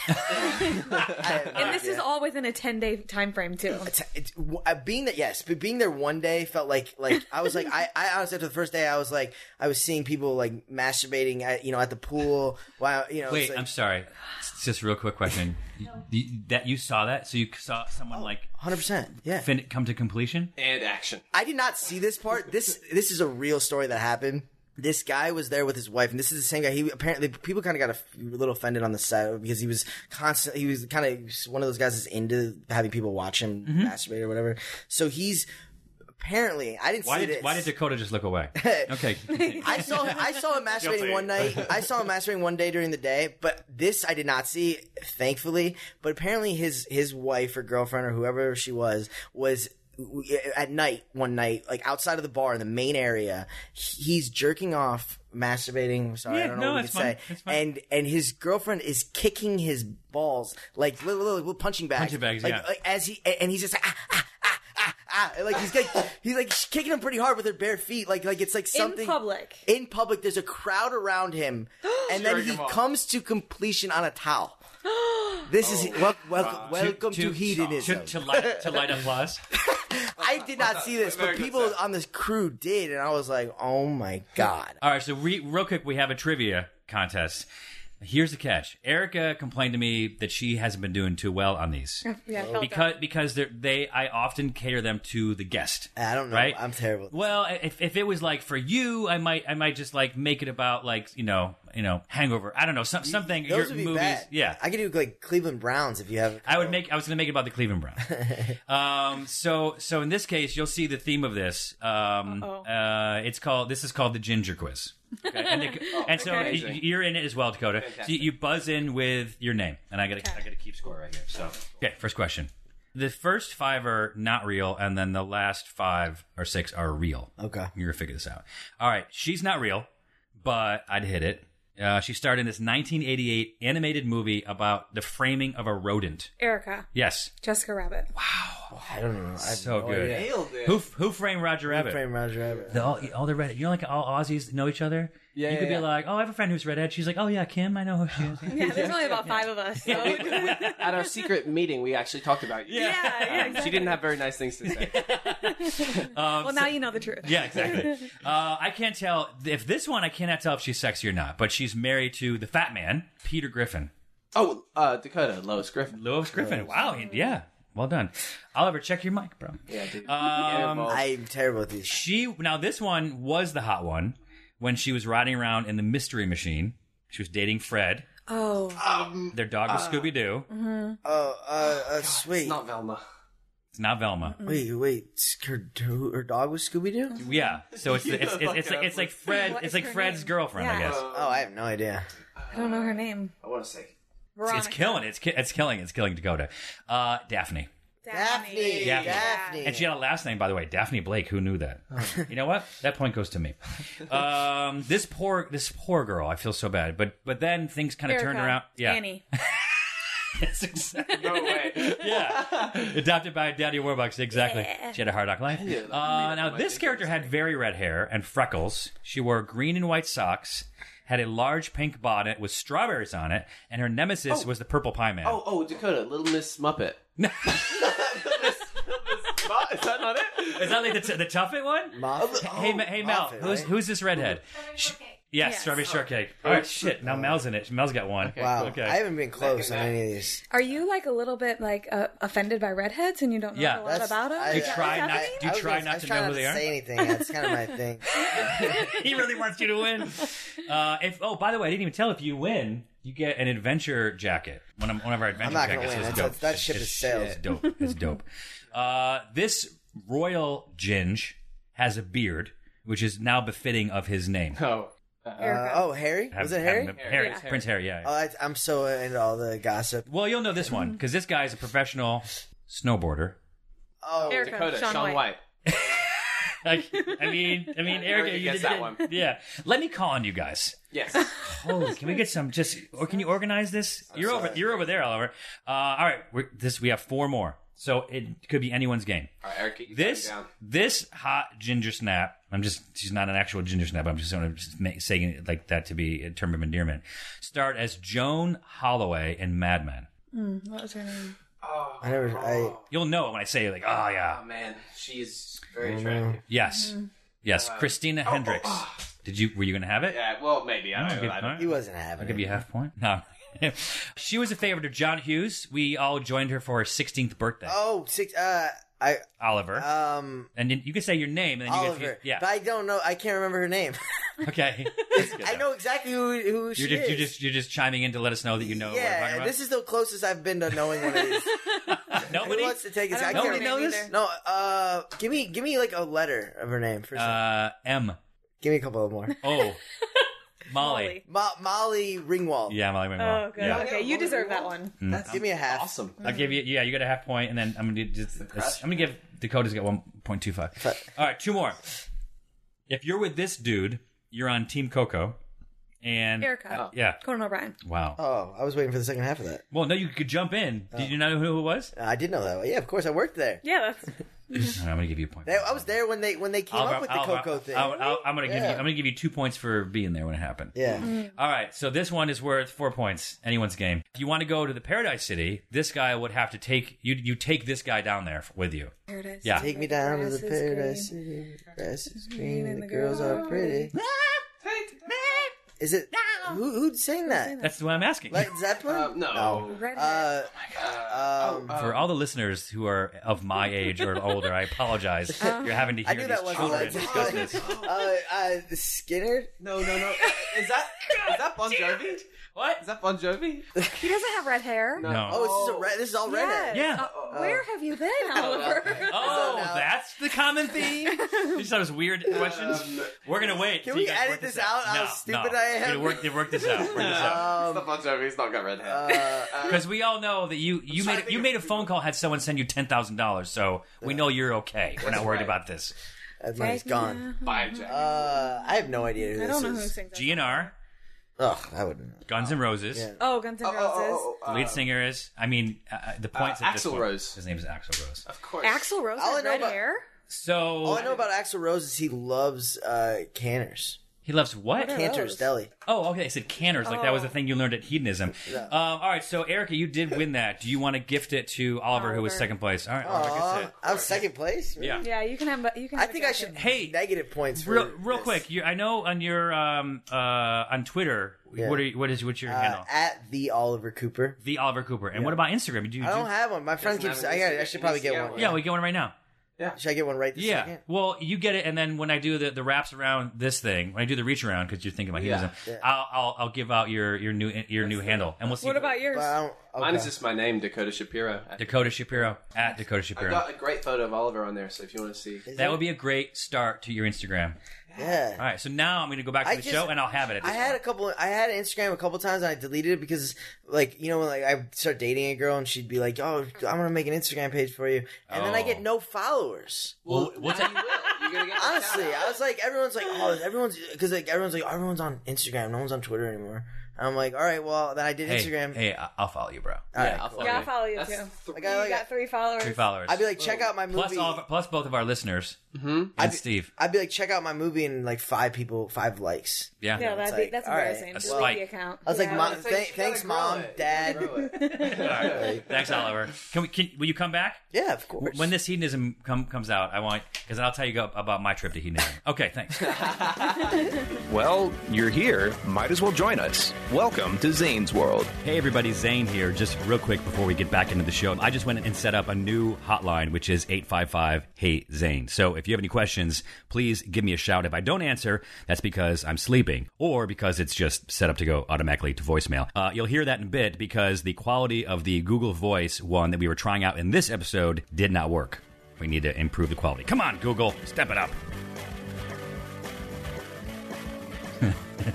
And this is all within a ten day time frame too. It's, w- uh, being that yes, but being there one day felt like like I was like I, I honestly after the first day I was like I was seeing people like masturbating at you know at the pool while you know Wait, it's like, I'm sorry. It's just a real quick question. You- that you saw that, so you saw someone like 100. percent Yeah. fin- come to completion. And action. I did not see this part. This this is a real story that happened. This guy was there with his wife, and this is the same guy. He apparently people kind of got a f- little offended on the set because he was constant. He was kind of one of those guys that's into having people watch him Mm-hmm. masturbate or whatever. So he's apparently I didn't Why see did this. why did Dakota just look away? Okay, I saw I saw him masturbating Guilty. one night. I saw him masturbating one day during the day, but this I did not see, thankfully. But apparently his his wife or girlfriend or whoever she was was at night one night like outside of the bar in the main area he's jerking off masturbating sorry i Yeah, don't know no, what we it's can fine. say and and his girlfriend is kicking his balls like little, little, little punching bags Punching bags, like, yeah. like, as he and he's just like ah, ah, ah, ah, ah. And, like he's like he's like kicking him pretty hard with her bare feet like like it's like something public. in public there's a crowd around him and then Cheering he him on. comes to completion on a towel this is Oh. wel- wel- Uh, welcome to, hedonism To, to light to light applause. i did not see this but people on this crew did and i was like oh my god All right, so re- real quick, we have a trivia contest. Here's the catch: Erica complained to me that she hasn't been doing too well on these. Yeah, I felt because because they're, they I often cater them to the guest. I don't know. Right? I'm terrible. Well, if, if it was like for you, I might I might just like make it about like you know you know, Hangover. I don't know some, something. Those your would be movies, bad. yeah. I could do like Cleveland Browns if you have. I would make. I was going to make it about the Cleveland Browns. um, so, so in this case, you'll see the theme of this. Um, uh, it's called. This is called the Ginger Quiz. Okay. And, the- Oh, Oh and so y- amazing. you're in it as well, Dakota. So Fantastic. you, you buzz in with your name, and I got to I got to keep score right here. So, okay, first question. The first five are not real, and then the last five or six are real. Okay, you're gonna figure this out. All right, she's not real, but I'd hit it. Uh, she starred in this 1988 animated movie about the framing of a rodent. Erica. Yes. Jessica Rabbit. I don't know. I have so no good. idea. Nailed it. Who who framed Roger Rabbit? Frame Roger Rabbit. The, all, all the red. You know, like all Aussies know each other. Yeah, You could yeah, be yeah. like, oh, I have a friend who's redhead. She's like, oh yeah, Kim. I know who she is. Yeah, there's only about five of us. So. At our secret meeting, we actually talked about you. Yeah, She didn't have very nice things to say. well, now you know the truth. Um, Yeah, exactly. Uh, I can't tell if this one. I cannot tell if she's sexy or not. But she's married to the fat man, Peter Griffin. Oh, uh, Dakota, Lois Griffin. Lois Griffin. Wow. he- Yeah. Well done, Oliver. Check your mic, bro. Yeah, dude. Um, I'm terrible at these. She now this one was the hot one when she was riding around in the Mystery Machine. She was dating Fred. Oh. Mm-hmm. Their dog was uh, Scooby Doo. Oh, uh, uh, sweet. It's not Velma. It's not Velma. Wait, wait. s- Her, do- her dog was Scooby Doo. Yeah. So it's it's it's, it's, like, it's like Fred. What It's is like her Fred's name? girlfriend, I Yeah. guess. Oh, I have no idea. I don't know her name. I want to say Veronica. It's killing. It's ki- it's killing. It's killing Dakota. Uh, Daphne. Daphne. Daphne. And she had a last name, by the way, Daphne Blake. Who knew that? Oh. you know what? That point goes to me. Um, this poor this poor girl. I feel so bad. But but then things kind of turned Erica. around. Yeah. Annie. That's exactly. No way. yeah. Adopted by Daddy Warbucks, exactly. Yeah. She had a hard knock life. Yeah, uh, now, this character had very red hair and freckles. She wore green and white socks, had a large pink bonnet with strawberries on it, and her nemesis was the Purple Pie Man. Oh, oh, Dakota, Little Miss Muppet. Is that not it? Is that like the, t- the Tuffet one? hey, Ma- hey Mel, who's, who's this redhead? Sh- yes, Yes. strawberry Oh. shortcake. All right, shit. Now Mel's in it. Mel's got one. wow, I haven't been close on any of these. Are you like a little bit like uh, offended by redheads and you don't know Yeah. a lot about them? I- Do you try I- not- I- do you I was try gonna- not I was to trying know who they are? Say anything? That's kind of Oh. my thing. he really wants you to win. Uh, if oh, by the way, I didn't even tell if you win, you get an adventure jacket. One of, one of our adventure I'm not gonna jackets win. is That's, dope. that's, that ship It's- is sailed. It's dope. It's dope. Uh, this royal ginge has a beard, which is now befitting of his name. Oh, Uh, oh, Harry? Have- Was it have Harry? him- Harry, Yeah. Prince Harry, yeah. Oh, I, I'm so into all the gossip. Well, you'll know this one because this guy is a professional snowboarder. Oh, Erica, Dakota, Shaun Shaun White. Like, I mean, I mean, I Erica, already you guessed did- that one. Yeah, let me call on you guys. Yes. Holy, can we get some? Just or can you organize this? you're over. You're over there, Oliver. Uh, all right, we're, this we have four more, so it could be anyone's game. All right, Erica, you This calm down. this hot ginger snap. I'm just she's not an actual ginger snap. I'm just, I'm just ma- saying it like that to be a term of endearment. Start as Joan Holloway in Mad Men. Mm, what was her name? I never. I, You'll know it when I say it, like, oh yeah, Oh, man, she is very attractive. Uh, oh, yes, yes. Christina Hendricks. Did you were you gonna have it? Yeah, well, maybe. I Oh, don't good know. I point. don't- he wasn't having. I'll give you a half point. No. she was a favorite of John Hughes. We all joined her for her 16th birthday. Oh, six. Uh, I Oliver. um and then you can say your name and then you Oliver. get yeah. But I don't know. I can't remember her name. okay. I know exactly who who she You're just, is. you're just you're just chiming in to let us know that you know what we're talking yeah, about. this is the closest I've been to knowing one of these. Nobody who wants to take this. I I don't can't know her name remember- either. No. Uh, give me give me like a letter of her name. First uh, M. Give me a couple of more. Oh, Molly. Mo- Molly Ringwald. Yeah, Molly. Ringwald. Oh, good. Yeah. Okay, you deserve that one. Mm. give me a half. Awesome. I'll give you yeah, you got a half point, and then I'm gonna just I'm gonna give Dakota's got one point two five. All right, two more. If you're with this dude, you're on Team Coco, and Erica. yeah. Conan O'Brien. Wow. Oh, I was waiting for the second half of that. Well, no, you could jump in. Did you know who it was? I did know that. one. Yeah, of course. I worked there. Yeah, that's I'm gonna give you a point. They- I was there when they when they came Oliver, up with the Oliver, Coco thing. I'll- I'll- I'm gonna give you. Yeah. I'm gonna give you two points for being there when it happened. Yeah. All right. So this one is worth four points. Anyone's game. If you want to go to the Paradise City, this guy would have to take you. You take this guy down there with you. Paradise Yeah. Take me down to the Grass is paradise city. Grass is green and the girls are pretty. Is it who who sang that? That's what I'm asking. Led Zeppelin? no. Uh, um, For all the listeners who are of my age or older, I apologize. You're having to I hear knew these that wasn't children Led discuss this. Zeppelin. Uh, uh, Skinner? No, no, no. Is that is that that Bon Jovi? What? Is that Bon Jovi? He doesn't have red hair. No. No. Oh, this is a red- this is all redhead. Yeah. Uh, where have you been, Oliver? Oh, that's the common theme. You just thought it was weird questions. We're gonna wait. Can till you we guys edit work this out? How No, stupid no. I am. Um, We work, they work this out. Work this out. it's not Bon Jovi. He's not got red hair. uh, Because we all know that you you made you made a phone call, had someone send you ten thousand dollars, so we know you're okay. We're not worried about this. That money's gone. Bye, Jack. Uh, I have no idea who this I don't know is. who sings that. GNR. Ugh, I wouldn't. Guns N' Roses. Oh, Guns N' Roses. The lead singer is. I mean, uh, the points. Uh, at this Axl point- Rose. His name is Axl Rose. Of course. Axel Rose All I has know red about- hair. So all I know about Axl Rose is he loves uh, canners. He loves what? Cantor's Deli. Oh, okay. I said canners. Like that Oh. was the thing you learned at hedonism. Yeah. Um, all right. So Erica, you did win that. Do you want to gift it to Oliver, who was second place? All right. Oliver gets it. Aw, I'm second place. Yeah. Yeah, you can have. You can. Have I think I should. Hey, negative points. For real, real quick. You, I know on your um uh on Twitter. Yeah. What are you, what is what's your Uh, handle? At the Oliver Cooper. The Oliver Cooper. And what about Instagram? Do you I do- don't have one. My friend Doesn't keeps. have an I, got, I Instagram. should probably He needs to get get one. one. Yeah, we get one right now. Yeah. Should I get one right this yeah. second? Well, you get it, and then when I do the, the wraps around this thing, when I do the reach around because you're thinking about hedonism, Yeah. I'll, I'll I'll give out your your new your new handle, and we'll see. What about yours? Mine is just my name, Dakota Shapiro. Dakota Shapiro at Dakota I Shapiro. got a great photo of Oliver on there, so if you want to see, that would be a great start to your Instagram. Yeah. All right, so now I'm going to go back to I the just- show, and I'll have it. At I this had a couple. I had Instagram a couple times, and I deleted it because, like, you know, when like I start dating a girl, and she'd be like, "Oh, I'm gonna make an Instagram page for you," and then I Oh. get no followers. Well, what's that? Honestly, I was like, everyone's like, "Oh, everyone's," because like everyone's like, "Everyone's on Instagram. No one's on Twitter anymore." And I'm like, "All right, well, then I did Hey, Instagram." Hey, I- I'll follow you, bro. All right, cool. Yeah, I follow you I too. you got, like, got three followers. Three followers. I'd be like, check out my movie. Plus, all of, plus both of our listeners and Steve. I'd be like, check out my movie, and like five people, five likes. Yeah. Yeah, that'd be, that's All right. embarrassing. Just A leave the spike. account. I was like, Yeah. mom, th- thanks, mom, dad. All right. Thanks, Oliver. Can we? Can, will you come back? Yeah, of course. When this hedonism come, comes out, I want because I'll tell you go- about my trip to hedonism. Okay, thanks. Well, you're here. Might as well join us. Welcome to Zane's World. Hey everybody, Zane here. Just real quick before we get back into the show, I just went and set up a new hotline, which is 855 Hey Zane. So if you have any questions, please give me a shout. If I don't answer, that's because I'm sleeping or because it's just set up to go automatically to voicemail. Uh, you'll hear that in a bit because the quality of the Google Voice one that we were trying out in this episode did not work. We need to improve the quality. Come on, Google, step it up.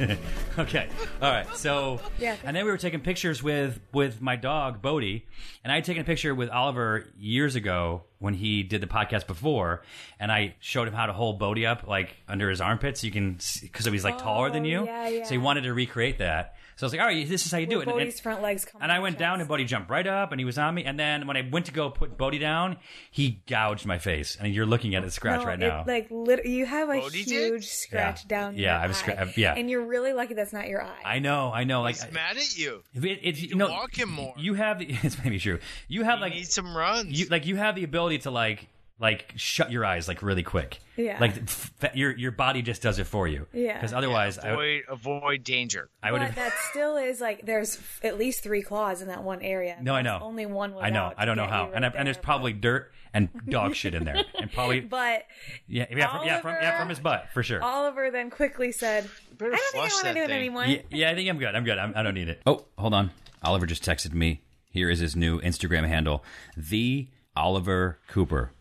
okay. All right. So, Yeah. and then we were taking pictures with with my dog Bodie, and I had taken a picture with Oliver years ago when he did the podcast before, and I showed him how to hold Bodie up like under his armpits, so you can because he's like taller than you. Oh, yeah, yeah. So he wanted to recreate that. So I was like, all right, this is how you do With it. And- Bodie's front legs come. and I went down, and Bodie jumped right up, and he was on me. And then when I went to go put Bodie down, he gouged my face. And you're looking at it scratch No, right it, now. Like lit- you have a huge scratch Yeah. down. Yeah, your I was eye. scra- yeah. And you're really lucky that's not your eye. I know, I know. Like I- Mad at you. If It, it, you to know, walk him more. You have it's maybe true. You have like need some runs. You like you have the ability to like like shut your eyes like really quick. Yeah. Like f- f- your your body just does it for you. Yeah. Because otherwise, I would. Avoid, avoid danger. I would but that still is like there's f- at least three claws in that one area. No, I know. Only one. Was I know. out to I don't know get how. you and I, right and there's probably dirt and dog shit in there, and probably But yeah yeah from, yeah from yeah from his butt for sure. Oliver then quickly said, "I don't think I flush want to that do it thing." anymore." Yeah, yeah, I think I'm good. I'm good. I'm, I don't need it. Oh, hold on. Oliver just texted me. Here is his new Instagram handle, the Oliver Cooper,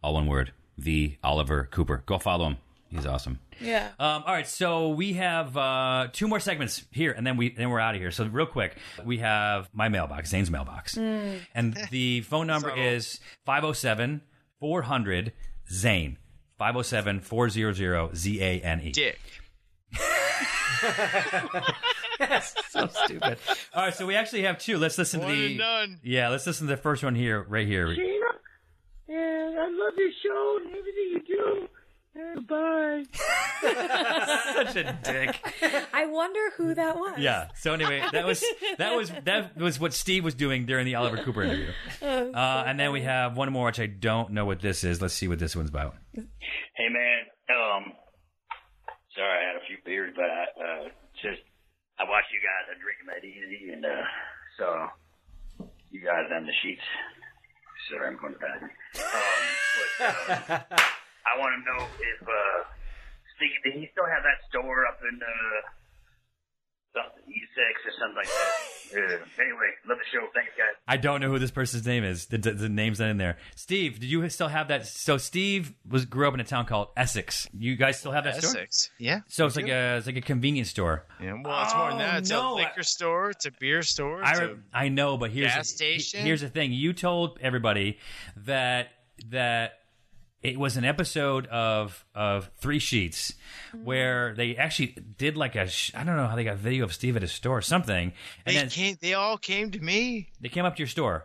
all one word, the Oliver Cooper. Go follow him. He's awesome. Yeah. Um, all right, so we have uh, two more segments here, and then we then we're out of here. So real quick, we have my mailbox, Zane's mailbox, and the phone number is 507 400 Zane. 507 400 Z A N E. Dick. so stupid. All right, so we actually have two. Let's listen One to the and done. yeah. Let's listen to the first one here, right here. Gina, and I love your show and everything you do. And bye. Such a dick. I wonder who that was. Yeah. So anyway, that was that was that was what Steve was doing during the Oliver Cooper interview. Oh, Uh, and then we have one more, which I don't know what this is. Let's see what this one's about. Hey man, um, sorry I had a few beers, but I uh, just I watched you guys are drinking that easy, and uh, so you guys on the sheets. Sorry, I'm going to bed. Um, but uh, I want to know if uh, Steve, did he still have that store up in uh, something, E6 or something like that. Yeah. Anyway, love the show. Thanks, guys. I don't know who this person's name is. The, the, the name's not in there. Steve, did you still have that? So Steve was grew up in a town called Essex. You guys still have that store? Essex, yeah. So it's like a it's like a convenience store. Yeah, well, it's more than that. It's a liquor store. It's a beer store. Oh, I it's re- I know, but here's Gas the- station? Here's the thing: you told everybody that that it was an episode of of Three Sheets Mm-hmm. where they actually did like a sh- I don't know how they got video of Steve at his store or something, a, and they then came. They all came to me. they came up to your store.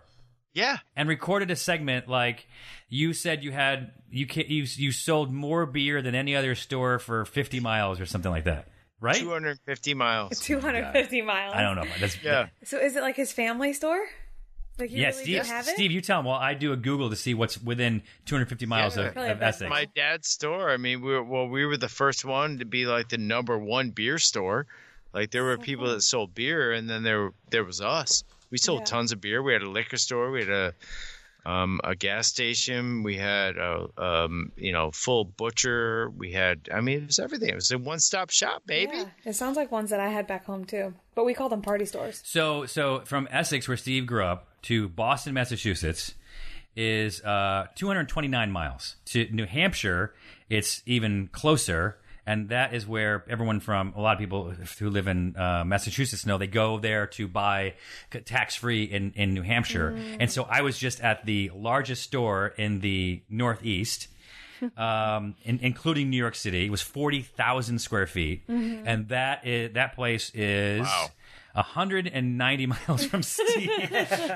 Yeah, and recorded a segment like you said you had you ca- you you sold more beer than any other store for fifty miles or something like that, right? 250 miles. 250 miles. I don't know. That's So is it like his family store? Like you yeah, really Steve. do have it? Steve, you tell him. Well, I do a Google to see what's within 250 miles of, of Essex. My dad's store. I mean, we were, well, we were the first one to be like the number one beer store. Like there were people that sold beer, and then there there was us. We sold Yeah. tons of beer. We had a liquor store. We had a um, a gas station. We had a um, you know full butcher. We had. I mean, it was everything. It was a one stop shop, eh? baby. Yeah. It sounds like ones that I had back home too, but we call them party stores. So, so from Essex, where Steve grew up, to Boston, Massachusetts, is uh, 229 miles. To New Hampshire, it's even closer, and that is where everyone from a lot of people who live in uh, Massachusetts know they go there to buy tax free in in New Hampshire. Mm. And so I was just at the largest store in the Northeast. um, in, including New York City, it was forty thousand square feet, Mhm. and that is that place is Wow. 190 miles from Steve.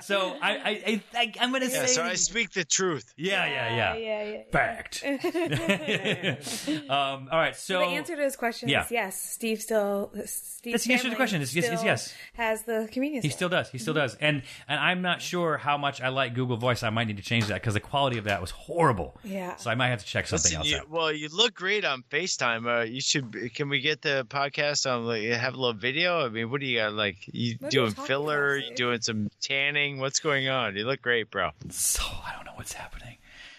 so I, I, I, I I'm gonna Yeah, say. so I speak the truth. Yeah, yeah, yeah. yeah, yeah. Fact. um, all right, so the answer to his question Yeah. is yes. Steve still. Steve That's the answer to the question. It's yes- it's yes. Has the convenience. He store. still does. He Mm-hmm. still does. And and I'm not sure how much I like Google Voice. I might need to change that because the quality of that was horrible. Yeah. So I might have to check something Listen, else you- out. well, you look great on FaceTime. Uh, you should. be- Can we get the podcast on? Like, have a little video. I mean, what do you got? Like, you What are you doing talking filler? you doing some tanning? What's going on? You look great, bro. So I don't know what's happening.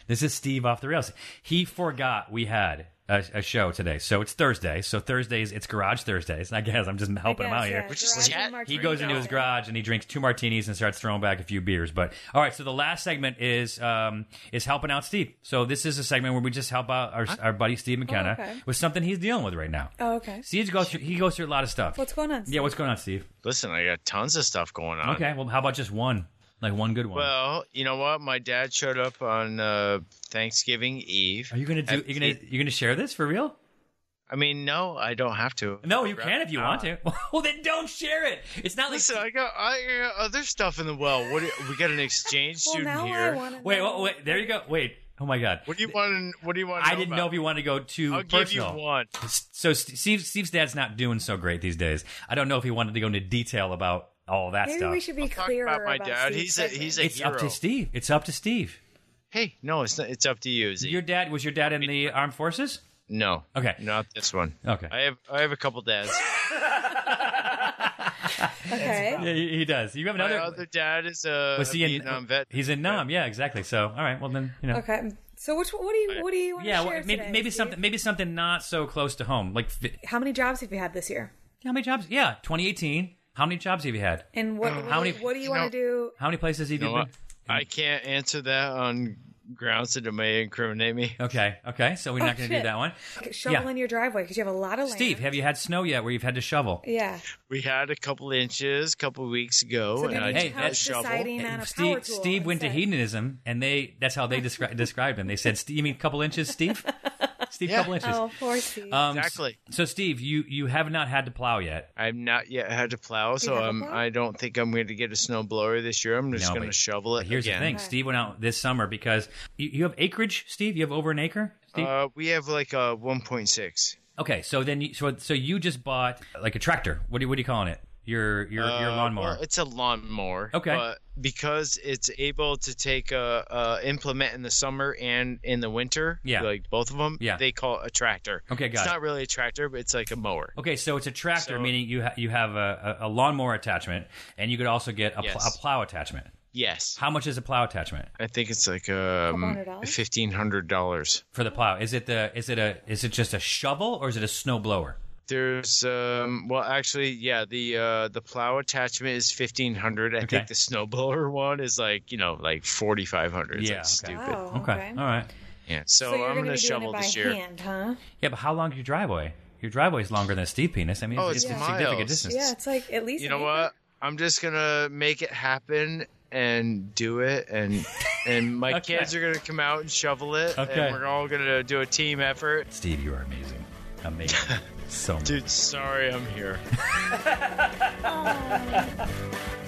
This is Steve off the rails. He forgot we had a, a show today, so it's Thursday. So Thudays it's Garage Thursdays. And I guess I'm just helping him guess, out here. yeah, Which is garage and martinis. he goes into his garage and he drinks two martinis and starts throwing back a few beers. But all right, so the last segment is um, is helping out Steve. So this is a segment where we just help out our, our buddy Steve McKenna Oh, okay. with something he's dealing with right now. Oh, okay. Steve goes through, he goes through a lot of stuff. What's going on? yeah, what's going on, Steve? Listen, I got tons of stuff going on. Okay, well, how about just one, like one good one? Well, you know what? My dad showed up on uh, Thanksgiving Eve. Are you gonna do? You're gonna you're gonna share this for real? I mean, no, I don't have to. Ah. No, you can if you want to. Well, then don't share it. It's not like Listen, I got I got other stuff in the well. What do you- we got an exchange student here. Wait, wait, wait. There you go. Wait. Oh my God. What do you want? What do you want? I didn't know if you wanted to go too I'll give you personal. one. So St- Steve, Steve's dad's not doing so great these days. I don't know if he wanted to go into detail about all that Maybe stuff. we should be talk clearer about my dad. Steve's He's a- business. he's a it's up to hero. Steve. It's up to Steve. Hey, no, it's not, it's up to you. Z. Your dad was your dad in the armed forces. No. Okay. Not this one. Okay. I have I have a couple dads. Yeah, he he does. You have My another. other dad is uh, a, was a he in Vietnam vet. He's in Nam. Yeah, exactly. So, all right. Well, then you know. Okay. So which what do you what do you want Yeah, to share well, maybe, today, maybe Steve? something, maybe something not so close to home. Like, fi- How many jobs have you had this year? how many jobs? Yeah, 2018. How many jobs have you had? And what How what, many- do you- what do you want to do? How many places have you, You know been? what? I can't answer that on grounds that it may incriminate me. Okay, okay, so we're Oh, not going to do shit. that one. Okay, Shovel Yeah. in your driveway because you have a lot of land. Steve, have you had snow yet where you've had to shovel? Yeah. We had a couple inches a couple weeks ago, So and then I you took just a have shovel. deciding on a power Steve, tool Steve went to instead. hedonism, and they that's how they descri- described him. They said, Steve, you mean couple inches, Steve? Steve, couple inches. Oh, poor Steve. Um, exactly. So, Steve, you, you have not had to plow yet. I've not yet had to plow, so have a um, plow? I don't think I'm going to get a snow blower this year. I'm just No, going to but- shovel it. Here's again. the thing: Steve went out this summer because you, you have acreage. Steve, you have over an acre. Steve? Uh, we have like a 1.6. okay, so then you, so so you just bought like a tractor. What do you, what are you calling it? Your your your Uh, lawnmower. well, it's a lawnmower. Okay. But because it's able to take a, uh implement in the summer and in the winter, Yeah. like both of them, Yeah. they call it a tractor. Okay, got It's it. not really a tractor, but it's like a mower. Okay, so it's a tractor, So- meaning you ha- you have a, a a lawnmower attachment, and you could also get a, pl- Yes. a plow attachment. Yes. How much is a plow attachment I think it's like um, $1,200? fifteen hundred dollars. for the plow? Is it the is it a is it just a shovel or is it a snow blower? There's um well actually yeah the uh the plow attachment is fifteen hundred. I Okay. think the snowblower one is like you know like forty five hundred. Yeah, Yeah, okay. stupid. Wow, Oh, Okay, okay. all right. Yeah, so, I'm gonna, be doing shovel it by this year. hand, huh? Yeah, but how long is your driveway? Your driveway's longer than Steve Penis. I mean, Oh, it's, it's a miles. significant distance. Yeah, it's like at least You an know acre. what? I'm just gonna make it happen and do it, and and my Okay. kids are gonna come out and shovel it, Okay. and we're all gonna do a team effort. Steve, you are amazing, amazing, so much. Dude, sorry I'm here.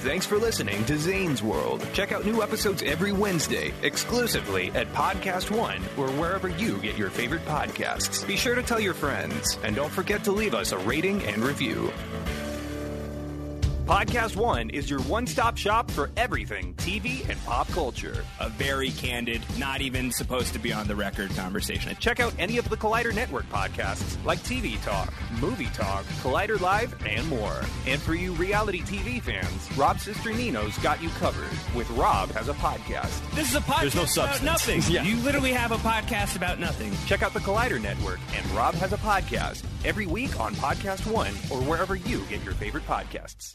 Thanks for listening to Zane's World. Check out new episodes every Wednesday, exclusively at Podcast One or wherever you get your favorite podcasts. Be sure to tell your friends, and don't forget to leave us a rating and review. Podcast One is your one stop shop for everything TV and pop culture. A very candid, not even supposed to be on the record conversation. Check out any of the Collider Network podcasts like TV Talk, Movie Talk, Collider Live, and more. And for you reality TV fans, Rob Sisternino's got you covered with Rob Has a Podcast. This is a podcast There's no about substance. nothing. Yeah. You literally have a podcast about nothing. Check out the Collider Network and Rob Has a Podcast every week on Podcast One or wherever you get your favorite podcasts.